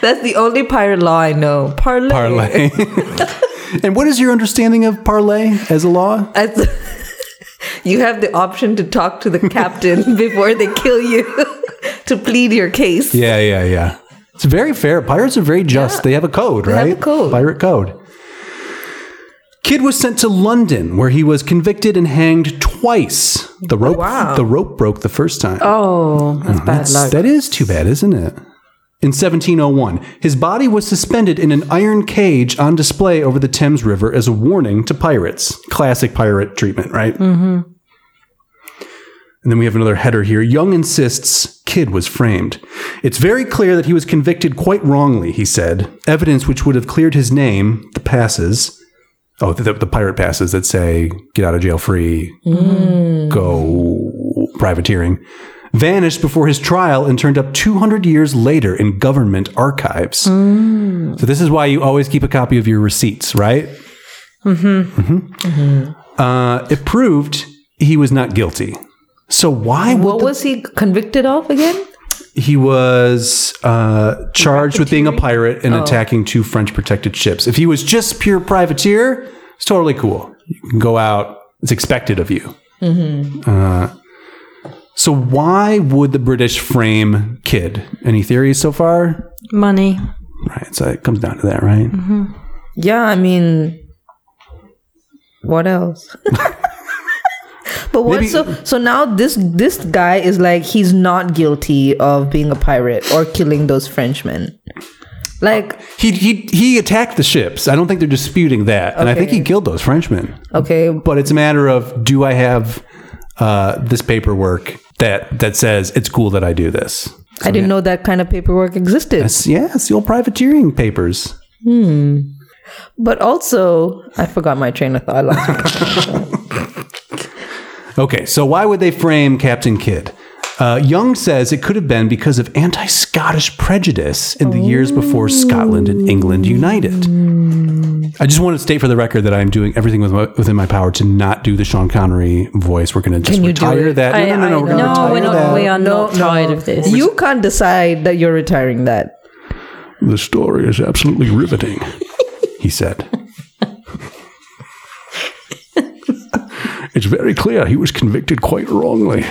E: That's the only pirate law I know. Parlay.
C: Parlay. and what is your understanding of parlay as a law?
E: That's- you have the option to talk to the captain before they kill you to plead your case.
C: Yeah, yeah, yeah. It's very fair. Pirates are very just. They have a code, right?
E: have a code.
C: Pirate code. Kidd was sent to London, where he was convicted and hanged twice.
E: Oh,
C: The rope, the rope broke the first time.
B: Oh, that's bad
C: Uh-huh. That's-
B: luck.
C: That is too bad, isn't it? In 1701, his body was suspended in an iron cage on display over the Thames River as a warning to pirates. Classic pirate treatment, right? Mm-hmm. And then we have another header here. Young insists Kidd was framed. It's very clear that he was convicted quite wrongly, he said. Evidence which would have cleared his name, the passes, oh, the, the pirate passes that say, get out of jail free, go privateering, vanished before his trial and turned up 200 years later in government archives. So, this is why you always keep a copy of your receipts, right? Mm hmm. Mm-hmm. Uh, it proved he was not guilty. So, why
E: What
C: would
E: was he convicted of again?
C: he was uh, charged with being a pirate and attacking two French protected ships. If he was just pure privateer, it's totally cool. You can go out; it's expected of you. Uh, so, why would the British frame Kidd? Any theories so far?
B: Money.
C: Right. So it comes down to that, right?
E: Yeah, I mean, what else? but what?
C: Maybe-
E: so so now this this guy is like he's not guilty of being a pirate or killing those Frenchmen. Like
C: He he he attacked the ships. I don't think they're disputing that, and I think he killed those Frenchmen.
E: okay,
C: but it's a matter of do I have uh, this paperwork that that says it's cool that I do this?
E: I didn't know that kind of paperwork existed.
C: It's, yeah, it's the old privateering papers.
E: But also, I forgot my train of thought. Like,
C: Okay, so why would they frame Captain Kidd? Uh, Young says it could have been because of anti Scottish prejudice in the years before Scotland and England united. I just want to state for the record that I'm doing everything with my, within my power to not do the Sean Connery voice. We're going to just
E: Can you do
C: retire
E: it?
C: that.
E: I-
C: no, no, no, no.
E: I
C: We're going to
B: No, we're
C: retire
E: know.
C: that.
B: not, we are
E: No,
B: not tired of this.
E: you can't decide that you're retiring that.
C: The story is absolutely riveting, he said. it's very clear he was convicted quite wrongly.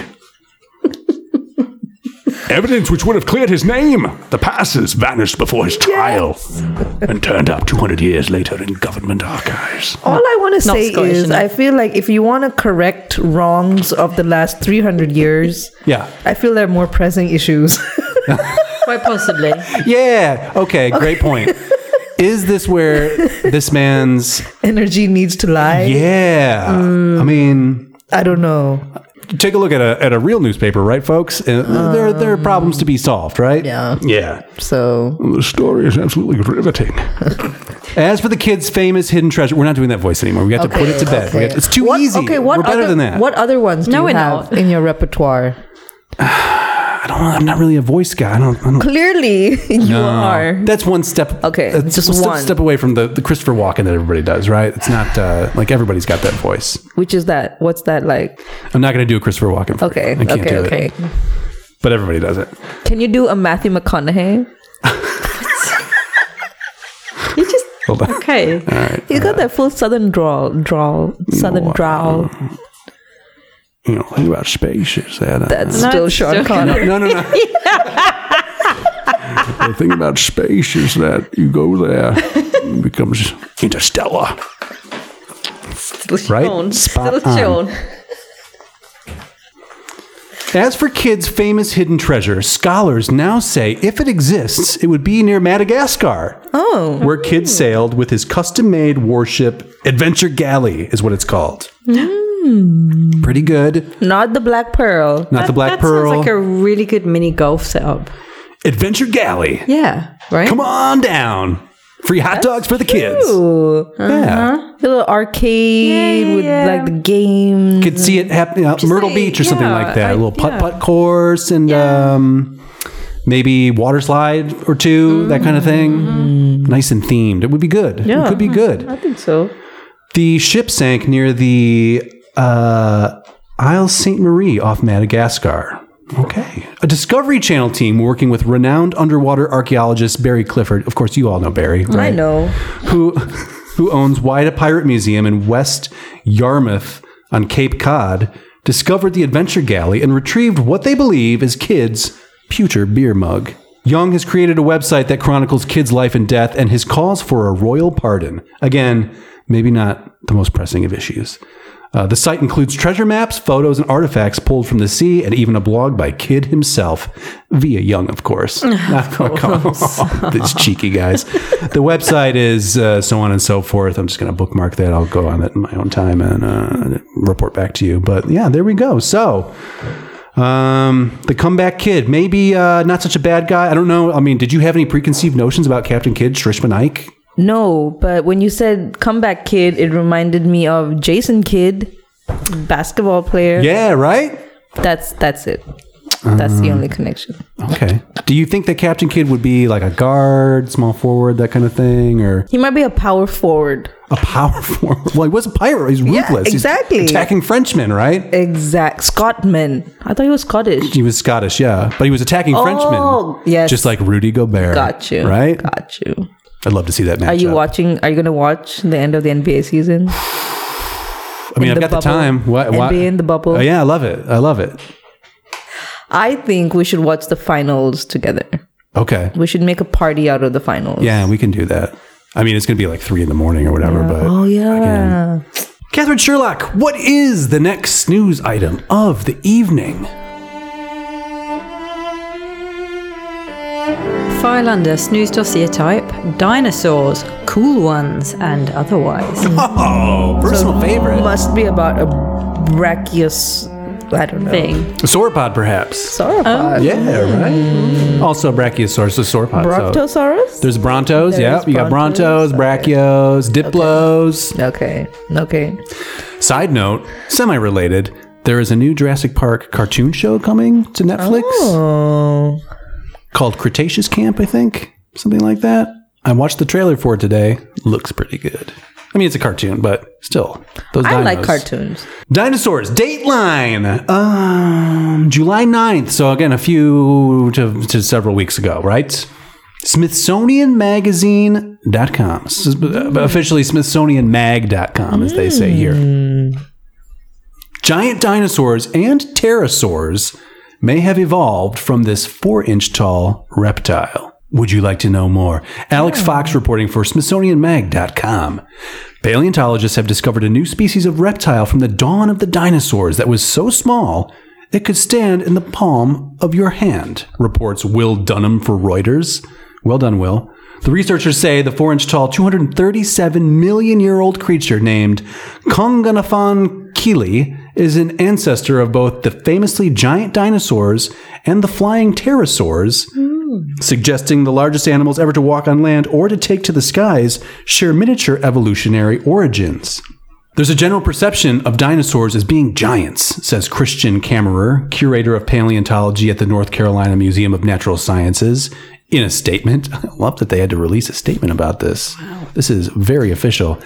D: Evidence which would have cleared his name. The passes vanished before his trial and turned up 200 years later in government archives.
E: All I want to
B: Not
E: say
B: Scottish
E: is,
B: enough.
E: I feel like if you want to correct wrongs of the last 300 years,
C: Yeah.
E: I feel there are more pressing issues.
B: Quite possibly.
C: Yeah. Okay. Great point. Is this where this man's.
E: Energy needs to lie. Mm.
C: Yeah. I mean,
E: I don't know.
C: take a look at a at a real newspaper, right, folks? And there there
E: Um,
C: are problems to be solved, right? Yeah. Yeah.
E: So
D: The story is absolutely riveting.
C: As for the kids' famous hidden treasure, we're not doing that voice anymore. We have to put it to bed. We
E: okay.
C: have to- it's too
E: What-
C: easy.
E: Okay, what
C: we're better
E: other,
C: than that.
E: What other ones do
B: No, we're
E: you have in your repertoire?
C: I don't. know. I'm not really a voice guy. I don't. I don't
E: Clearly, you
C: Uh,
E: are.
C: That's one step.
E: Okay,
C: that's
E: just
C: one step-
E: one.
C: step away from the, the Christopher Walken that everybody does, right? It's not uh, like everybody's got that voice.
E: Which is that? What's that like?
C: I'm not going to do a Christopher Walken. For
E: Okay,
C: you. I can't
E: okay,
C: do it.
E: okay.
C: But everybody does it.
E: Can you do a Matthew McConaughey?
C: Hold on.
B: Okay.
E: He's got that full southern drawl, drawl, southern drawl.
D: You know, think about spaces. That, uh,
E: That's still Sean Connery.
C: No, no, no.
D: the thing about space is that you go there, it becomes interstellar.
C: right? Spot on. As for kids' famous hidden treasure, scholars now say if it exists, it would be near Madagascar. Oh. Where Kid
B: Hmm.
C: sailed with his custom made warship, Adventure Galley, is what it's called. Pretty good.
E: Not the Black Pearl.
C: Not the Black
B: Hmm. that
C: Pearl.
B: sounds like a really good mini golf setup.
C: Adventure Galley.
E: Yeah, right.
C: Come on down. Free hot dogs for the kids.
E: Ooh, uh-huh.
C: Yeah.
E: little arcade with like the game.
C: Could see it happening uh, Myrtle
E: like-
C: Beach or something
E: yeah,
C: like that.
E: I-
C: a little putt putt course and um, maybe water slide or 2 that kind of thing. Nice and themed. It would be good. It could be good.
E: Mm-hmm. uh-huh. I think so.
C: The ship sank near the uh, Isle Sainte Marie off Madagascar. Okay. A Discovery Channel team working with renowned underwater archaeologist Barry Clifford. Of course, you all know Barry, right?
E: I know.
C: Who, who owns Wida Pirate Museum in West Yarmouth on Cape Cod, discovered the adventure galley and retrieved what they believe is kids' pewter beer mug. Young has created a website that chronicles kids' life and death and his calls for a royal pardon. Again, maybe not the most pressing of issues. Uh, the site includes treasure maps, photos, and artifacts pulled from the sea, and even a blog by Kid himself, via Young, of course. Not gonna come- These cheeky guys. The website is uh, so on and so forth. I'm just going to bookmark that. I'll go on it in my own time and uh, report back to you. But yeah, there we go. So. Um, the comeback kid, maybe uh, not such a bad guy. I don't know. I mean, did you have any preconceived notions about Captain Kidd, Shrishman Ike?
E: No, but when you said comeback kid, it reminded me of Jason Kidd, basketball player.
C: Yeah, right.
E: That's that's it. That's the
C: Uh-huh.
E: only connection.
C: Okay. Do you think that Captain Kidd would be like a guard, small forward, that kind of thing, or
E: He might be a power forward.
C: a power forward? Well, he was a pirate. He's ruthless. He's
E: exactly.
C: attacking Frenchmen, right?
E: Exact Scotman. I thought he was Scottish.
C: He was Scottish, yeah, but he was attacking Frenchmen.
E: yes.
C: Just like Rudy Gobert.
E: Oh, Got you.
C: Right.
E: Got you.
C: I'd love to see that match.
E: Are you watching? Are you gonna watch the end of the NBA season?
C: I mean,
E: in
C: I've
E: the
C: got the
E: bubble?
C: time. Why, why?
E: NBA in the bubble?
C: Oh, yeah, I love it. I love it.
E: I think we should watch the finals together.
C: Okay.
E: We should make a party out of the finals.
C: Yeah, we can do that. I mean, it's going to be like three in the morning or whatever, but.
E: Oh yeah.
C: Catherine Sherlock, what is the next news item of the evening?
B: File under snooze dossier type, dinosaurs, cool ones, and otherwise.
C: Oh, personal favorite.
E: Must be about a brachios. I don't know.
B: Thing.
C: Sauropod, perhaps.
E: Sauropod.
C: Yeah, right. Also, Brachiosaurus is sauropod. So.
E: Brontosaurus.
C: There's Brontos, yeah.
E: There's
C: You got Brontos, Brachios, Diplos.
E: okay. Okay.
C: Side note, semi related, there is a new Jurassic Park cartoon show coming to Netflix
E: Oh.
C: called Cretaceous Camp, I think. Something like that. I watched the trailer for it today. Looks pretty good. I mean, it's a cartoon, but still. Those
E: I like
C: dinos.
E: cartoons.
C: Dinosaurs, Dateline, um, July 9th. So, again, a few to, to several weeks ago, right? SmithsonianMagazine.com. S- uh, Officially SmithsonianMag.com, as they say here. Giant dinosaurs and pterosaurs may have evolved from this four inch tall reptile. Would you like to know more? Alex Fox reporting for SmithsonianMag.com. Paleontologists have discovered a new species of reptile from the dawn of the dinosaurs that was so small it could stand in the palm of your hand, reports Will Dunham for Reuters. Well done, Will. The researchers say the four inch tall, 237 million year old creature named Konganafon Kili is an ancestor of both the famously giant dinosaurs and the flying pterosaurs, suggesting the largest animals ever to walk on land or to take to the skies share miniature evolutionary origins. There's a general perception of dinosaurs as being giants, says Christian Kammerer, curator of paleontology at the North Carolina Museum of Natural Sciences, in a statement. I love that they had to release a statement about this. This is very official.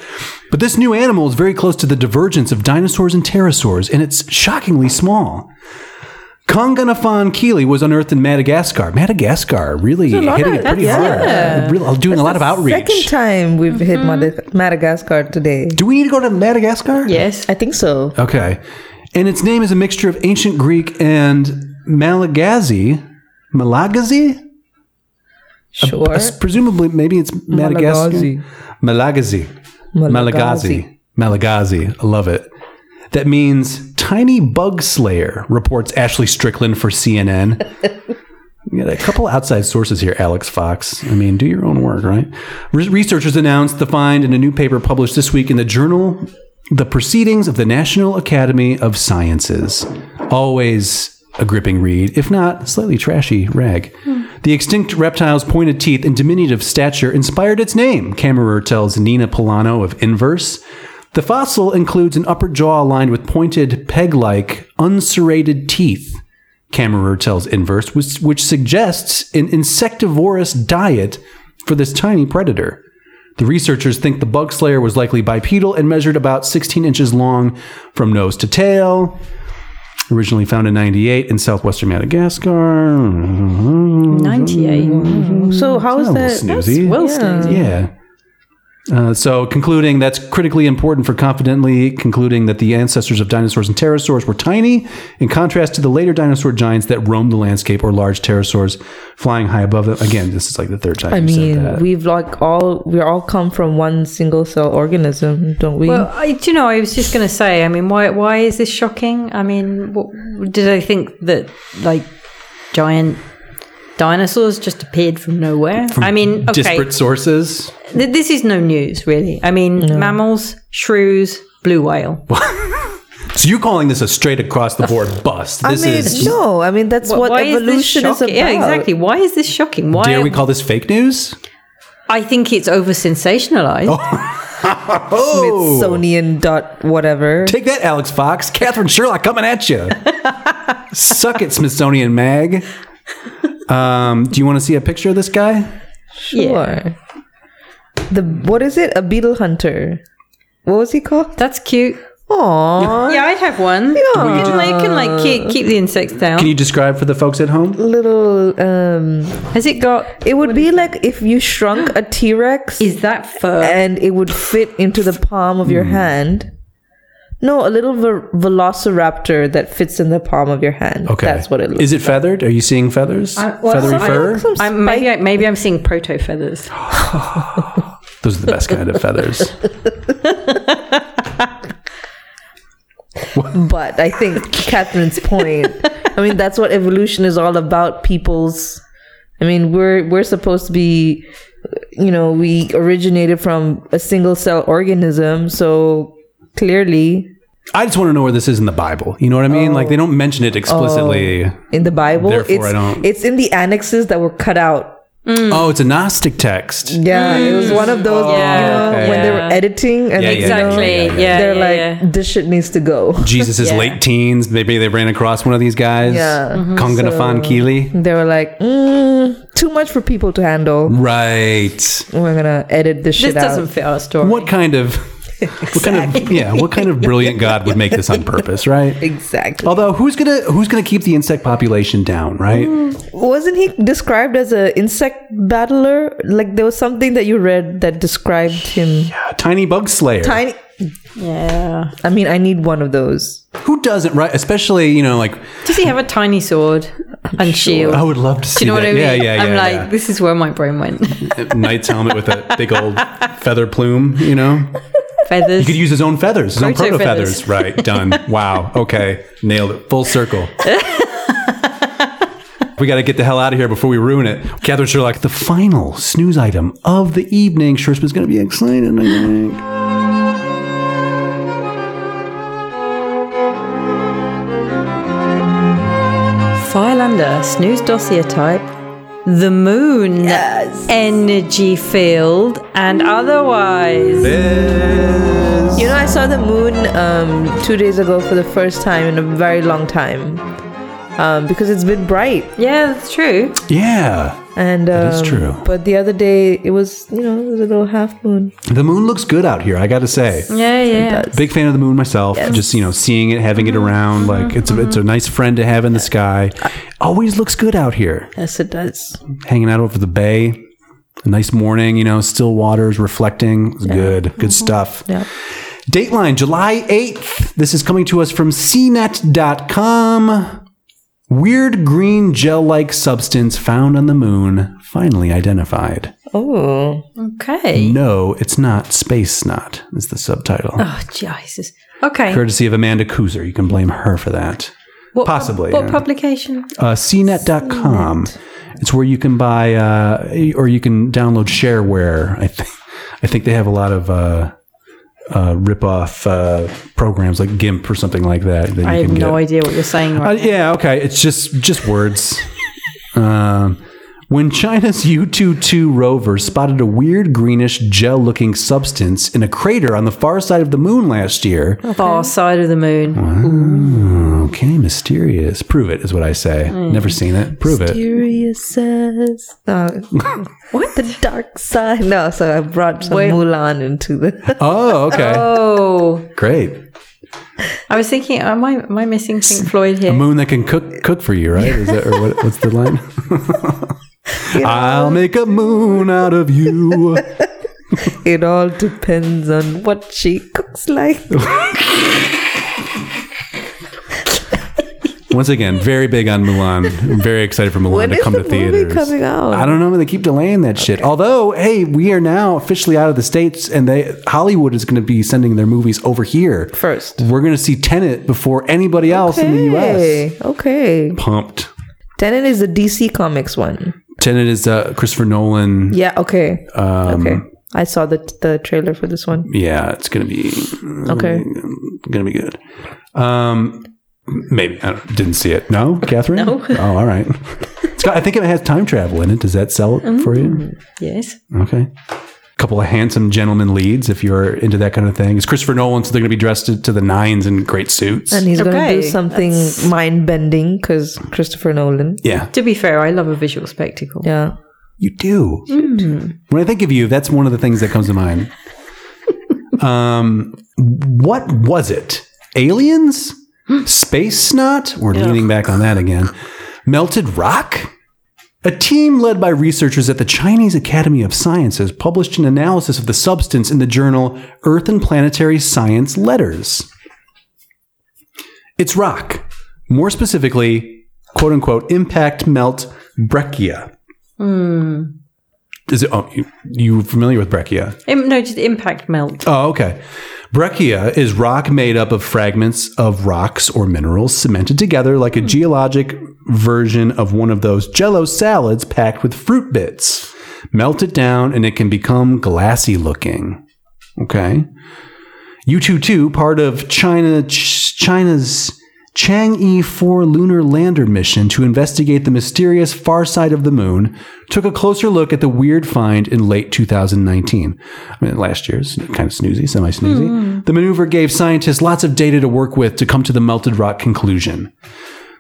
C: But this new animal is very close to the divergence of dinosaurs and pterosaurs, and it's shockingly small. Konganafan Keeley was unearthed in Madagascar. Madagascar really hitting it pretty hard. Real- doing a lot of outreach.
E: Second time we've hit Mada- Madagascar today.
C: Do we need to go to Madagascar?
B: Yes.
E: I think so.
C: Okay. And its name is a mixture of ancient Greek and Malagasy. Malagasy?
E: Sure.
C: It's presumably, maybe it's Madagascar.
E: Malagasy.
C: Malagasy. Malagasy.
E: Malagasy.
C: Malagasy. I love it. That means tiny bug slayer, reports Ashley Strickland for CNN. We got a couple outside sources here, Alex Fox. I mean, do your own work, right? Re- researchers announced the find in a new paper published this week in the journal The Proceedings of the National Academy of Sciences. Always a gripping read, if not slightly trashy rag. The extinct reptile's pointed teeth and diminutive stature inspired its name, Kammerer tells Nina Polano of Inverse. The fossil includes an upper jaw lined with pointed, peg like, unserrated teeth. Kammerer tells Inverse, which, which suggests an insectivorous diet for this tiny predator. The researchers think the bug slayer was likely bipedal and measured about 16 inches long from nose to tail. Originally found in 98 in southwestern Madagascar. Mm-hmm.
B: 98.
E: So how is
C: Mm, A little
E: that?
C: Oh, snoozy. Yeah. Uh, so, concluding that's critically important for confidently concluding that the ancestors of dinosaurs and pterosaurs were tiny, in contrast to the later dinosaur giants that roamed the landscape or large pterosaurs flying high above them. Again, this is like the third time
E: I
C: you said that.
E: mean, we've like all we all come from one single cell organism, don't we?
B: Well, I, do you know, I was just going to say, I mean, why why is this shocking? I mean, what, did I think that like giant dinosaurs just appeared from nowhere? I mean, okay,
C: Disparate sources.
B: th- this is no news, really. I mean, mammals, shrews, blue whale.
C: So you're calling this a straight across the board bust?
E: I
C: This
E: mean,
C: is.
E: no. I mean, that's what
B: why
E: evolution
B: is this
E: is, about.
B: shocking? Yeah, exactly. Why is this shocking? Why?
C: Dare we call this fake news?
B: I think it's over sensationalized.
C: Oh,
E: Smithsonian dot whatever.
C: take that, Alex Fox. Catherine Sherlock coming at you. Suck it, Smithsonian Mag. Um, do you want to see a picture of this guy?
E: Sure. The what is it? A beetle hunter. What was he called?
B: That's cute.
E: Aww,
B: Yeah, I'd have one. Yeah. You can, like, you can like keep, keep the insects down.
C: Can you describe for the folks at home?
E: little. Um,
B: Has it got?
E: it would be like if you shrunk a T Rex
B: Is that fur?
E: and it would fit into the palm of your
B: Hmm.
E: hand. No, a little ver- velociraptor that fits in the palm of your hand.
C: Okay,
E: that's what it looks.
C: Is it feathered? Are you seeing feathers? Feathery fur.
E: Some
B: i maybe I, maybe I'm seeing proto feathers.
C: Those are the best kind of feathers.
E: But I think Catherine's point. I mean, that's what evolution is all about. People's. I mean, we're we're supposed to be, you know, we originated from a single cell organism, so clearly
C: I just want to know where this is in the Bible. You know what I mean? Like they don't mention it explicitly. Oh,
E: in the Bible,
C: Therefore,
E: it's
C: I don't-
E: it's in the annexes that were cut out.
C: Oh, it's a Gnostic text.
E: Yeah, it was one of those you know, when they were editing
C: Mm.
E: and
C: Yeah,
E: you
C: yeah,
E: know,
C: Exactly. Yeah, yeah, yeah.
E: they're like, this shit needs to go.
C: Jesus' late teens. Maybe they ran across one of these guys.
E: Yeah.
C: Konganafan Keeley.
E: They were like, mm, too much for people to handle.
C: Right.
E: We're gonna edit this shit
B: This doesn't
E: out.
B: fit our story.
C: What kind of what kind of yeah, what kind of brilliant God would make this on purpose, right?
E: Exactly.
C: Although who's gonna who's gonna keep the insect population down, right?
B: Mm.
E: Wasn't he described as an insect battler? Like there was something that you read that described him
C: A Tiny bug slayer.
E: tiny.
B: Yeah.
E: I mean, I need one of those.
C: Who doesn't, right? Especially, you know, like
B: Does he have a tiny sword and shield?
I: Oh,
C: I would love to
B: Do
C: see
B: you know
C: that.
B: what I mean?
C: Yeah, yeah, yeah.
B: I'm like,
C: yeah.
B: this is where my brain went.
C: knight's helmet with a big old feather plume, you know?
B: Feathers.
C: He could use his own feathers, his own proto
B: Proto
C: feathers.
B: feathers.
C: Right, done. Wow, okay. Nailed it. Full circle. we got to get the hell out of here before we ruin it. Catherine Sherlock, the final snooze item of the evening. Shershman's going to be excited, I think.
I: under snooze dossier type the moon energy field and
B: Mm.
I: otherwise.
E: You know, I saw the moon um, two days ago for the first time in a very long time um, because it's been bright.
I: Yeah, that's true.
C: Yeah.
E: And um,
C: is true.
E: But the other day, it was you know it was a little half moon.
C: The moon looks good out here, I gotta say.
I: Yeah, yeah.
C: Big fan of the moon myself. Just you know, seeing it, having it around, like it's a, it's a nice friend to have in the sky. Always looks good out here.
E: Yes, it does.
C: Hanging out over the bay. A nice morning, you know, still waters, reflecting. It's Good, good stuff.
E: Yeah.
C: Dateline, July 8th. This is coming to us from cnet.com. Weird green gel like substance found on the moon, finally identified.
E: Oh,
B: Mm.
I: Okay.
C: No, it's not space snot, is the subtitle.
I: Oh, Jesus. Okay.
C: Courtesy of Amanda Kuzer. You can blame her for that.
I: What,
C: Possibly.
I: What
C: yeah.
I: publication?
C: uh, cnet.com. It's where you can buy uh, or you can download shareware. I think I think they have a lot of uh, uh, rip-off uh, programs like GIMP or something like that. that you
I: I have
C: can
I: no
C: get.
I: idea what you're saying
C: Uh,
I: right
C: yeah, okay. It's just just words. um, when China's U 2 rover spotted a weird greenish gel looking substance in a crater on the far side of the moon last year.
I: Far side of the moon.
B: Mm.
C: Okay, mysterious. Prove it, is what I say.
I: Hmm.
C: Never seen it. Prove it.
E: Curious says what the dark side? No, so I brought some Mulan into the.
C: Oh, okay.
I: Oh,
C: Great.
I: I was thinking, am I am I missing Pink Floyd
C: A
I: here?
C: moon that can cook cook for you, right? Is that or what, what's the line? I'll make a moon out of you.
E: it all depends on what she cooks like.
C: Once again, very big on Mulan. I'm very excited for Mulan
E: When
C: to
E: is
C: come
E: the
C: to
E: movie
C: theaters.
E: coming out?
C: I don't know. They keep delaying that shit. Although, hey, we are now officially out of the states, and they Hollywood is going to be sending their movies over here
E: First.
C: We're going to see Tenet before anybody else in the U.S.
E: Okay, okay.
C: Pumped.
E: Tenet is the DC Comics one.
C: Tenet is uh, Christopher Nolan.
E: Yeah. Okay.
C: Um,
E: okay. I saw the the trailer for this one.
C: Yeah, it's going to be
E: Okay.
C: going to be good. Um, maybe I don't, didn't see it. No, Catherine. No. Oh, all right. It's got, I think it has time travel in it. Does that sell it for you?
I: Yes.
C: Okay. Couple of handsome gentleman leads if you're into that kind of thing. It's Christopher Nolan, so they're going to be dressed to the nines in great suits.
E: And he's gonna do
I: Okay,
E: something mind bending because Christopher Nolan.
C: yeah,
I: To be fair, I love a visual spectacle.
E: Yeah.
C: you do. When I think of you, that's one of the things that comes to mind. um, what was it? Aliens? Space snot? We're leaning back on that again. Melted rock? A team led by researchers at the Chinese Academy of Sciences published an analysis of the substance in the journal Earth and Planetary Science Letters. It's rock. More specifically, quote unquote, impact melt breccia. Is it? Oh, you, you familiar with breccia?
I: Im- no, just impact melt.
C: Oh, okay. Breccia is rock made up of fragments of rocks or minerals cemented together like a geologic version of one of those jello salads packed with fruit bits. Melt it down and it can become glassy looking. Okay. U22, part of China Ch- China's Chang'e 4 lunar lander mission to investigate the mysterious far side of the moon, took a closer look at the weird find in late 2019. I mean, last year's kind of snoozy, semi snoozy. The maneuver gave scientists lots of data to work with to come to the melted rock conclusion.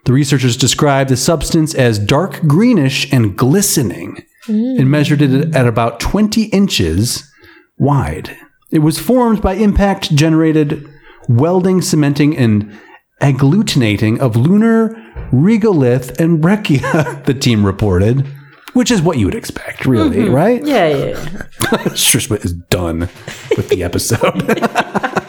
C: The researchers described the substance as dark greenish and glistening
I: Mm-hmm.
C: and measured it at about 20 inches wide. It was formed by impact generated welding, cementing, and agglutinating of lunar regolith and breccia, the team reported, which is what you would expect, really, right?
I: Mm-hmm. Yeah, yeah, yeah.
C: Shrishma is done with the episode.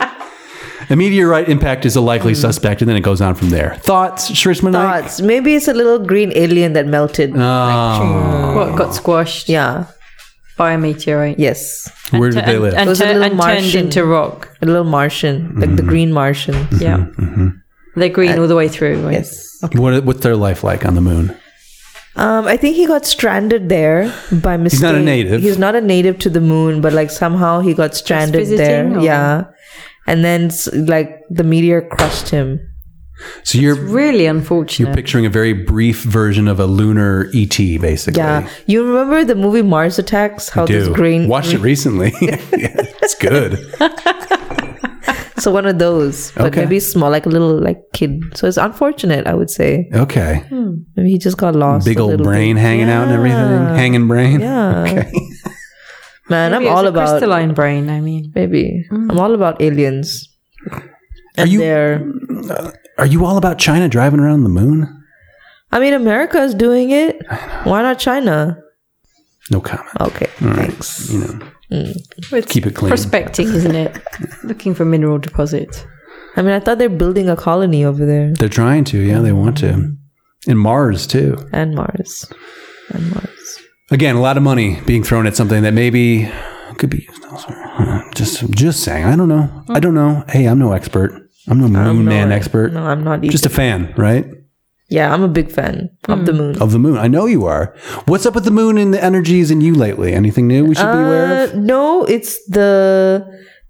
C: A meteorite impact is a likely
I: Mm-hmm.
C: suspect, and then it goes on from there. Thoughts, Shrishma? Naik?
E: Thoughts? Maybe it's a little green alien that melted.
C: Uh. Oh,
I: What got squashed
E: Yeah.
I: by a meteorite
E: Yes.
C: Where do they live?
I: and,
E: was a
I: turn-
E: little
I: and turned
E: Martian.
I: into rock?
E: A little Martian, like
C: Mm-hmm.
E: the green Martian.
I: Yeah. They're green all the way through. Right?
E: Uh, Yes.
C: What, what's their life like on the moon?
E: Um, I think he got stranded there by mistake.
C: not a native.
E: He's not a native to the moon, but like somehow he got stranded
I: visiting
E: there.
I: or-
E: Yeah. And then s- like the meteor crushed him.
C: So you're
B: Really unfortunate.
C: you're picturing a very brief version of a lunar ET, basically.
E: Yeah, you remember the movie Mars Attacks? How this
C: Do
E: green?
C: watched it recently. Yeah, it's good.
E: So one of those, but
C: Okay.
E: maybe small, like a little like kid. So it's unfortunate, I would say.
C: Okay,
E: Maybe he just got lost.
C: big
E: a
C: old
E: little
C: brain
E: bit.
C: hanging out and everything, hanging brain.
E: Yeah.
C: Okay.
E: Man,
B: Maybe
E: I'm
B: it's
E: all
B: a
E: about
B: crystalline Mm. brain. I mean,
E: maybe. I'm all about aliens.
C: Are you
E: They're.
C: are you all about China driving around the moon?
E: I mean, America is doing it. Why not China?
C: No comment.
E: Okay, thanks.
C: You know, keep it clean.
B: prospecting, isn't it? Looking for mineral deposits.
E: I mean, I thought they're building a colony over there
C: They're trying to. Yeah, they want to.
E: Mm-hmm.
C: And Mars too.
E: and Mars, and Mars.
C: Again, a lot of money being thrown at something that maybe could be used elsewhere. Just, just saying. I don't know. I don't know. Hey, I'm no expert. I'm no moon man expert.
E: No, e- I'm not. Either.
C: Just a fan, right?
E: yeah, I'm a big fan of
B: Hmm.
E: the moon.
C: Of the moon. I know you are. What's up with the moon and the energies in you lately? Anything new we should be aware
E: Uh,
C: of?
E: no, it's the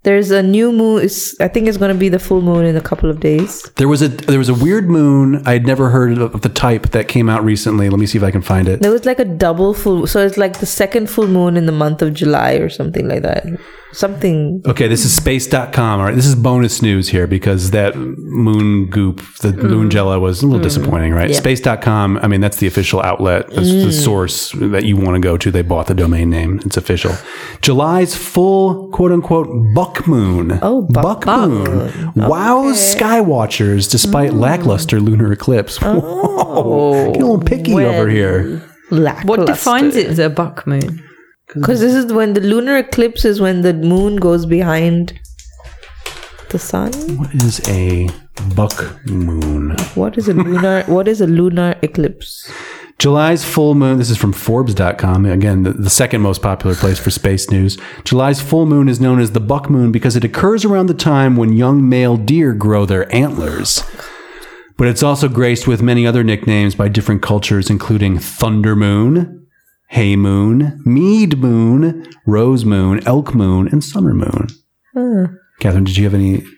E: there's a new moon. It's, I think it's gonna be the full moon in a couple of days.
C: There was a there was a weird moon I had never heard of, of the type that came out recently. Let me see if I can find it.
E: There was like a double full, so it's like the second full moon in the month of July or something like that. Something.
C: Okay, this is space.com. All right, this is bonus news here because that moon goop, the moon jello was a little disappointing, right? Space.com, I mean, that's the official outlet, that's the source that you want to go to. They bought the domain name, it's official. July's full quote unquote buck moon.
E: Oh, bu-
C: buck, Mm. moon. Wows skywatchers despite lackluster lunar eclipse. Whoa, get a little picky over here.
B: What defines it as a buck moon?
E: Because this is when the lunar eclipse is when the moon goes behind the sun.
C: What is a buck moon?
E: What is a lunar? what is a lunar eclipse?
C: July's full moon, this is from Forbes.com, again, the, the second most popular place for space news. July's full moon is known as the buck moon because it occurs around the time when young male deer grow their antlers. But it's also graced with many other nicknames by different cultures, including Thunder Moon, Hay Moon, Mead Moon, Rose Moon, Elk Moon, and Summer Moon. Catherine, did you have any
B: Hmm.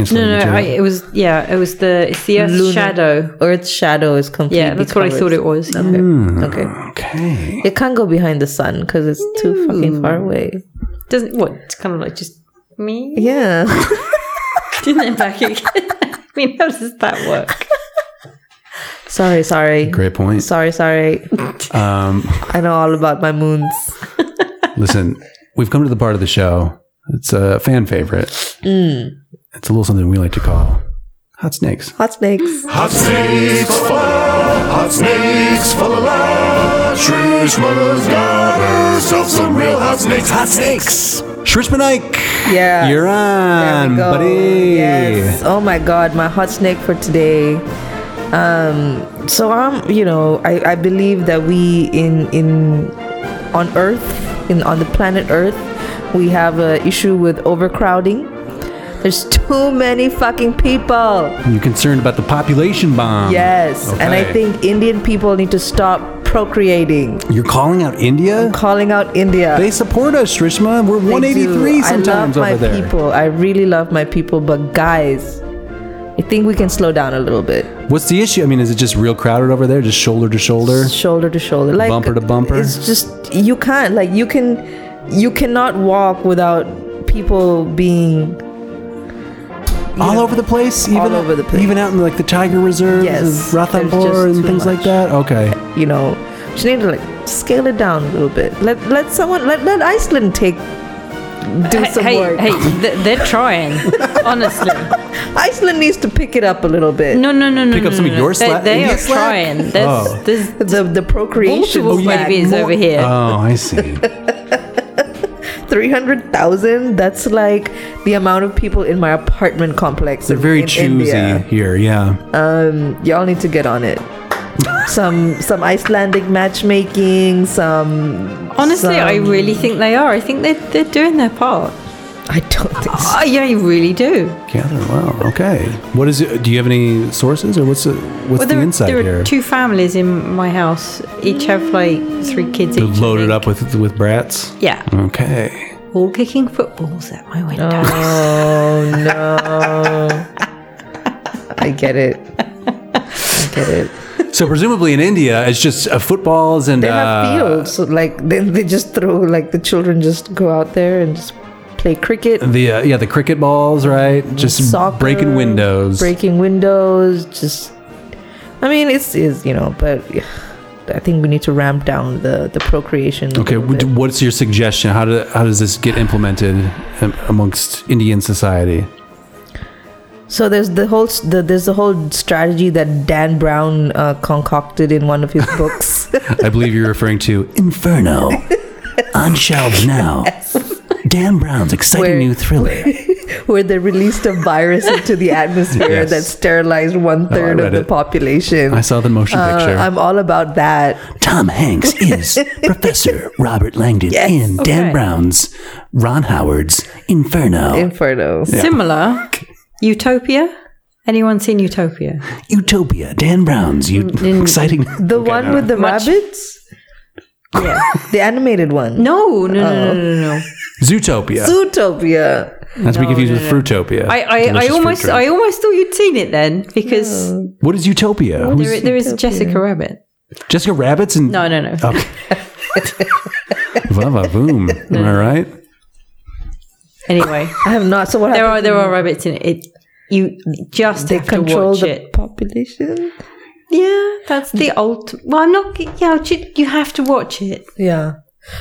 B: No,
C: ancillary
B: no,
C: material?
B: I, it was yeah, it was the it's the Earth's shadow.
E: Earth's shadow is completely.
B: Yeah, that's what I thought it was.
E: Okay.
C: Okay.
E: It can't go behind the sun because it's too fucking far away.
B: Doesn't what? It's kind of like just me.
E: Yeah.
B: Didn't it back again? I mean, how does that work?
E: sorry, sorry.
C: Great point.
E: Sorry, sorry.
C: Um,
E: I know all about my moons.
C: Listen, we've come to the part of the show. It's a fan favorite. It's a little something we like to call hot snakes.
E: Mm. Hot snakes.
D: Hot snakes fall hot snakes fall Shrews mother's got herself some real hot snakes. Hot snakes.
C: Shrishman Ike,
E: Yeah.
C: you're
E: There we
C: on,
E: go.
C: buddy.
E: Yes. Oh my god, my hot snake for today. Um, so I'm, you know, I, I believe that we in in on Earth, in on the planet Earth, we have a issue with overcrowding. There's too many fucking people.
C: You're concerned about the population bomb.
E: Yes, and I
C: Uh-huh. Okay.
E: think Indian people need to stop procreating.
C: You're calling out India?
E: Calling out India.
C: They support us, Shrishma. We're
E: They
C: 183
E: do.
C: sometimes
E: I love my
C: over there.
E: people. I really love my people, but guys, I think we can slow down a little bit.
C: What's the issue? I mean, is it just real crowded over there, just shoulder to shoulder?
E: shoulder to shoulder like
C: Bumper to bumper?
E: it's just you can't like you can you cannot walk without people being
C: all over the place, even
E: All over the place.
C: even out in like the tiger reserves,
E: Yes,
C: and
E: there's just
C: Ranthambore, and
E: too
C: things like
E: much.
C: that. Okay,
E: you know you need to like scale it down a little bit let let someone let, let iceland take do some
B: hey,
E: work
B: hey, th- they're trying. Honestly,
E: iceland needs to pick it up a little bit
B: no, no, no, no.
C: Pick up
B: no,
C: some of
B: no.
C: your
B: They,
C: slack-
B: they
C: India
B: are
C: slack?
B: trying. There's,
C: Oh.
B: there's
E: the the procreation
B: multiple
E: is like
B: babies over here.
C: Oh, I see.
E: 300,000 that's like the amount of people in my apartment complex
C: They're
E: in-
C: very
E: in
C: choosy
E: India.
C: here, yeah.
E: y'all need to get on it. some some Icelandic matchmaking, some
B: Honestly, I
E: some-
B: really think they are. I think they're, they're doing their part.
E: I don't think so.
B: Oh, yeah, you really do.
C: Catherine, wow, okay. What is it? Do you have any sources or what's the, what's the
B: there, are,
C: insight
B: there
C: here?
B: are two families in my house. Each have like three kids.
C: They're
B: each, I
C: loaded
B: think.
C: up with with brats?
B: Yeah,
C: Okay.
B: all kicking
I: Oh.
B: footballs at my window.
E: Oh no. I I get it. I get it.
C: So presumably in India, it's just uh, footballs and
E: They
C: uh,
E: have fields, so, like they, they just throw like the children just go out there and just play cricket,
C: the uh, yeah the cricket balls, right? Just
E: soccer,
C: breaking windows.
E: breaking windows. Just, I mean, it's is you know, but I think we need to ramp down the the procreation. a
C: Okay,
E: little
C: wh-
E: bit.
C: what's your suggestion? How do, how does this get implemented am- amongst Indian society?
E: So there's the whole s- the, there's the whole strategy that Dan Brown uh, concocted in one of his books.
C: I believe you're referring to
D: Inferno. On shelves now. Dan Brown's exciting
E: Where-
D: new thriller.
E: where they released a virus into the atmosphere
C: Yes. Oh,
E: that sterilized one third of
C: read
E: the
C: it.
E: population.
C: I saw the motion
E: Uh,
C: picture.
E: I'm all about that.
D: Tom Hanks is Professor Robert Langdon in Dan Brown's Ron Howard's Inferno.
E: Inferno.
I: Similar. Utopia? Anyone seen Utopia?
D: Utopia. Dan Brown's you
I: Mm,
D: exciting.
E: The one with the rabbits? Yeah. the animated one.
I: No, no, no, no, no, no.
C: Zootopia.
E: Zootopia.
C: That's to be confused with Fruitopia.
B: Oh.
I: I, I, I
C: Delicious fruit
I: almost,
C: drink.
I: I almost thought you'd seen it then because
B: Oh.
C: what is Utopia? Who's
I: there, there is Jessica Rabbit.
C: Jessica Rabbit's and
I: No, no, no.
C: Vava Boom. Am I right?
I: Anyway,
E: I have not. So what
I: there
E: happened?
I: are there are rabbits in it. it you just
E: They
I: have to
E: control
I: watch
E: the
I: it.
E: population?
I: Yeah, that's the old. Well, I'm not. Yeah, you- you have to watch it.
E: Yeah.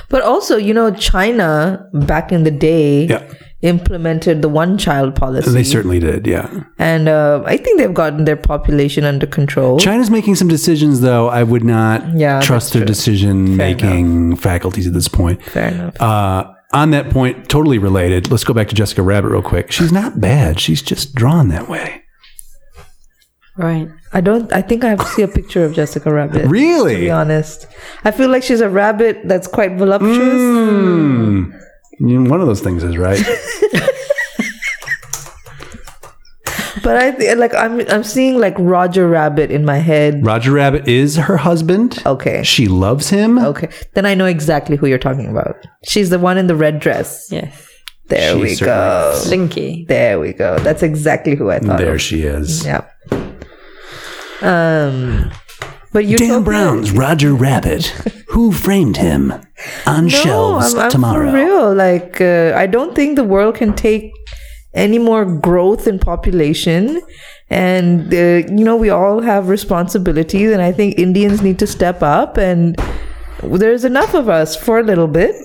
E: But also, you know, China back in the day
C: Yeah.
E: implemented the one child policy.
C: They certainly did. Yeah.
E: and uh, I think they've gotten their population under control.
C: China's making some decisions, though. I would not
E: Yeah,
C: trust their decision making faculties at this point.
E: Fair enough.
C: Uh, on that point, totally related. Let's go back to Jessica Rabbit real quick. She's not bad. She's just drawn that way.
I: Right.
E: I don't. I think I have to see a picture of Jessica Rabbit. To
C: Really?
E: be honest, I feel like she's a rabbit that's quite voluptuous.
C: Mm. One of those things is right.
E: But I th- like I'm I'm seeing like Roger Rabbit in my head.
C: Roger Rabbit is her husband.
E: Okay.
C: She loves him.
E: Okay, then I know exactly who you're talking about. She's the one in the red dress.
I: Yes.
E: There
C: She
E: we
C: certainly
E: go.
I: Slinky.
E: There we go. That's exactly who I thought.
C: There
E: Of.
C: she is.
E: Yep. Um, but you
D: Dan Brown's Roger Rabbit. Who framed him? On
E: No,
D: shelves
E: I'm, I'm
D: tomorrow.
E: for real. Like, uh, I don't think the world can take any more growth in population. And, uh, you know, we all have responsibilities. And I think Indians need to step up. And there's enough of us for a little bit.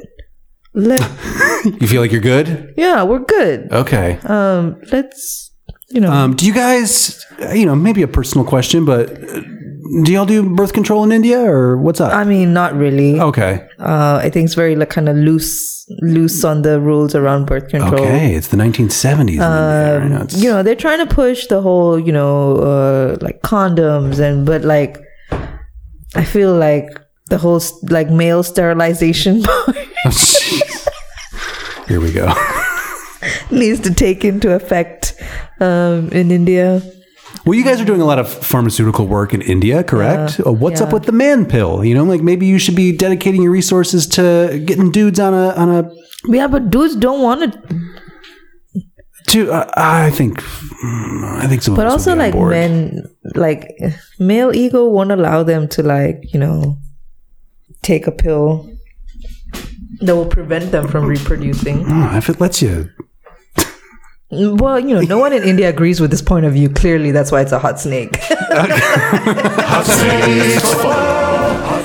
E: Let,
C: You feel like you're good?
E: yeah, we're good.
C: Okay.
E: Um, let's, you know,
C: Um, do you guys, uh, you know, maybe a personal question, but uh, do y'all do birth control in India or what's up?
E: I mean, not really.
D: Oh.
C: okay.
E: Uh, I think it's very, like, kind of loose, loose on the rules around birth control.
C: Okay. It's the 1970s.
E: uh,
C: in India. I know it's-
E: you know they're trying to push the whole you know uh, like condoms and but like i feel like the whole s- like male sterilization part
C: Here we go.
E: needs to take into effect um, in india
C: Well, you guys are doing a lot of pharmaceutical work in India, correct? Uh, What's up with the man pill? You know, like maybe you should be dedicating your resources to getting dudes on a on a.
E: yeah but dudes don't want it
C: To uh, I think, mm, I think some.
E: but
C: of us
E: also
C: would be on
E: like
C: board.
E: men like male ego won't allow them to like you know take a pill that will prevent them from reproducing
C: Oh, if it lets you,
E: Well, you know, no one in India agrees with this point of view. Clearly, that's why it's a hot snake.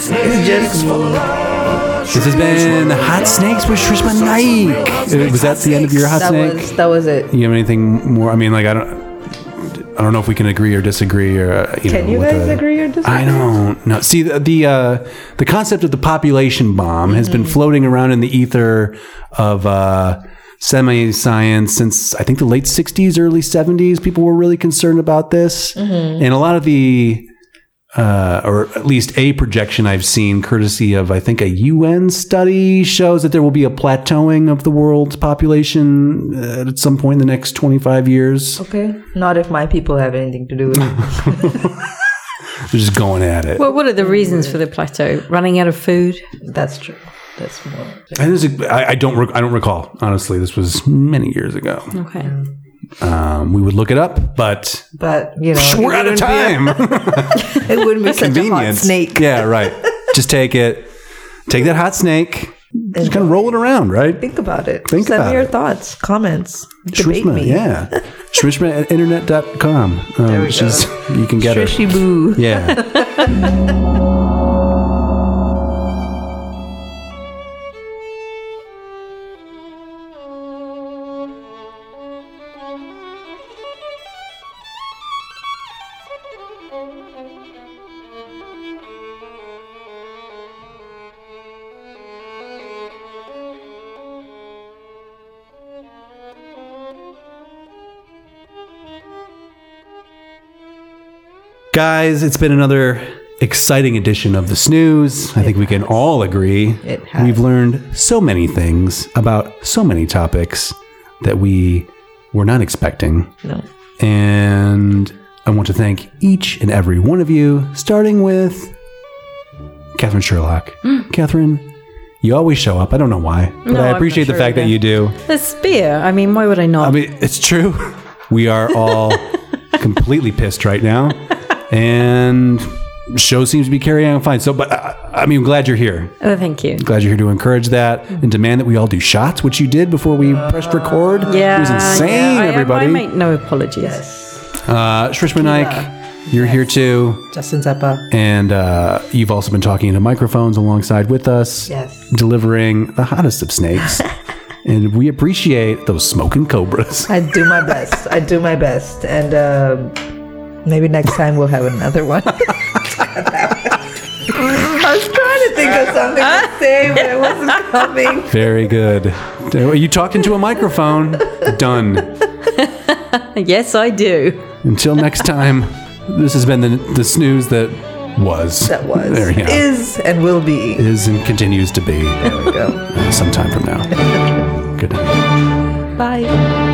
E: It's just
C: this has been hot snakes with Shrishma Naik. Uh, Was that the end of your hot
E: that
C: snake?
E: was that was it.
C: You have anything more? I mean, like I don't, I don't know if we can agree or disagree or uh, you
E: Can
C: know,
E: you
C: what
E: guys
C: the-
E: agree or disagree?
C: I don't know. See, the the, uh, the concept of the population bomb has
E: Mm-hmm.
C: been floating around in the ether of uh, semi science since I think the late 60s, early 70s. People were really concerned about this.
E: Mm-hmm.
C: And a lot of the, uh, or at least a projection I've seen, courtesy of I think a UN study, shows that there will be a plateauing of the world's population uh, at some point in the next 25 years.
E: Okay, not if my people have anything to do with it.
C: They're just going at it.
I: Well, what are the reasons for the plateau? Running out of food.
E: That's true. That's more.
C: I, I I don't. Rec- I don't recall honestly. This was many years ago.
I: Okay.
C: Um, we would look it up, but
E: But Oh, you know,
C: we're out of
E: it wouldn't be
C: time.
E: A, it wouldn't be such a hot
C: Convenience.
E: snake.
C: Yeah, right. Just take it. Take that hot snake. Just kind of roll it around, right?
E: Think about it.
C: Think
E: Send
C: about
E: me your
C: it.
E: thoughts, comments, debate
C: Shrishma,
E: me.
C: yeah. Shrishma at internet.com. Um, she's, you can get her.
E: Trishy boo.
C: Yeah. Guys, it's been another exciting edition of the snooze. I think we can all agree. It has. We've learned so many things about so many topics that we were not expecting. No. And I want to thank each and every one of you, starting with Catherine Sherlock. Catherine, you always show up. I don't know why, but I appreciate the fact that you do.
B: The spear. I mean, why would I not?
C: I mean, it's true. We are all completely pissed right now, and show seems to be carrying on fine. So, but uh, I, I mean, I'm glad you're here.
B: oh, thank you.
C: Glad you're here to encourage that and demand that we all do shots, which you did before we pressed record.
B: Yeah,
C: it was insane,
B: yeah. I- I-
C: everybody.
B: I, make no apologies.
C: uh, Shrishma Naik, you're here too,
E: Justin Zappa.
C: and uh, you've also been talking into microphones alongside with us,
E: Yes.
C: delivering the hottest of snakes. And we appreciate those smoking cobras.
E: I do my best. I do my best, and um maybe next time we'll have another one. I was trying to think of something to say, but it wasn't coming.
C: Very good. You talked into a microphone. Done.
B: Yes, I do.
C: Until next time, this has been the, the snooze that was.
E: That was
C: There you go. Is.
E: is and will be.
C: and continues to be
E: There we go.
C: uh, sometime from now. good night.
B: Bye.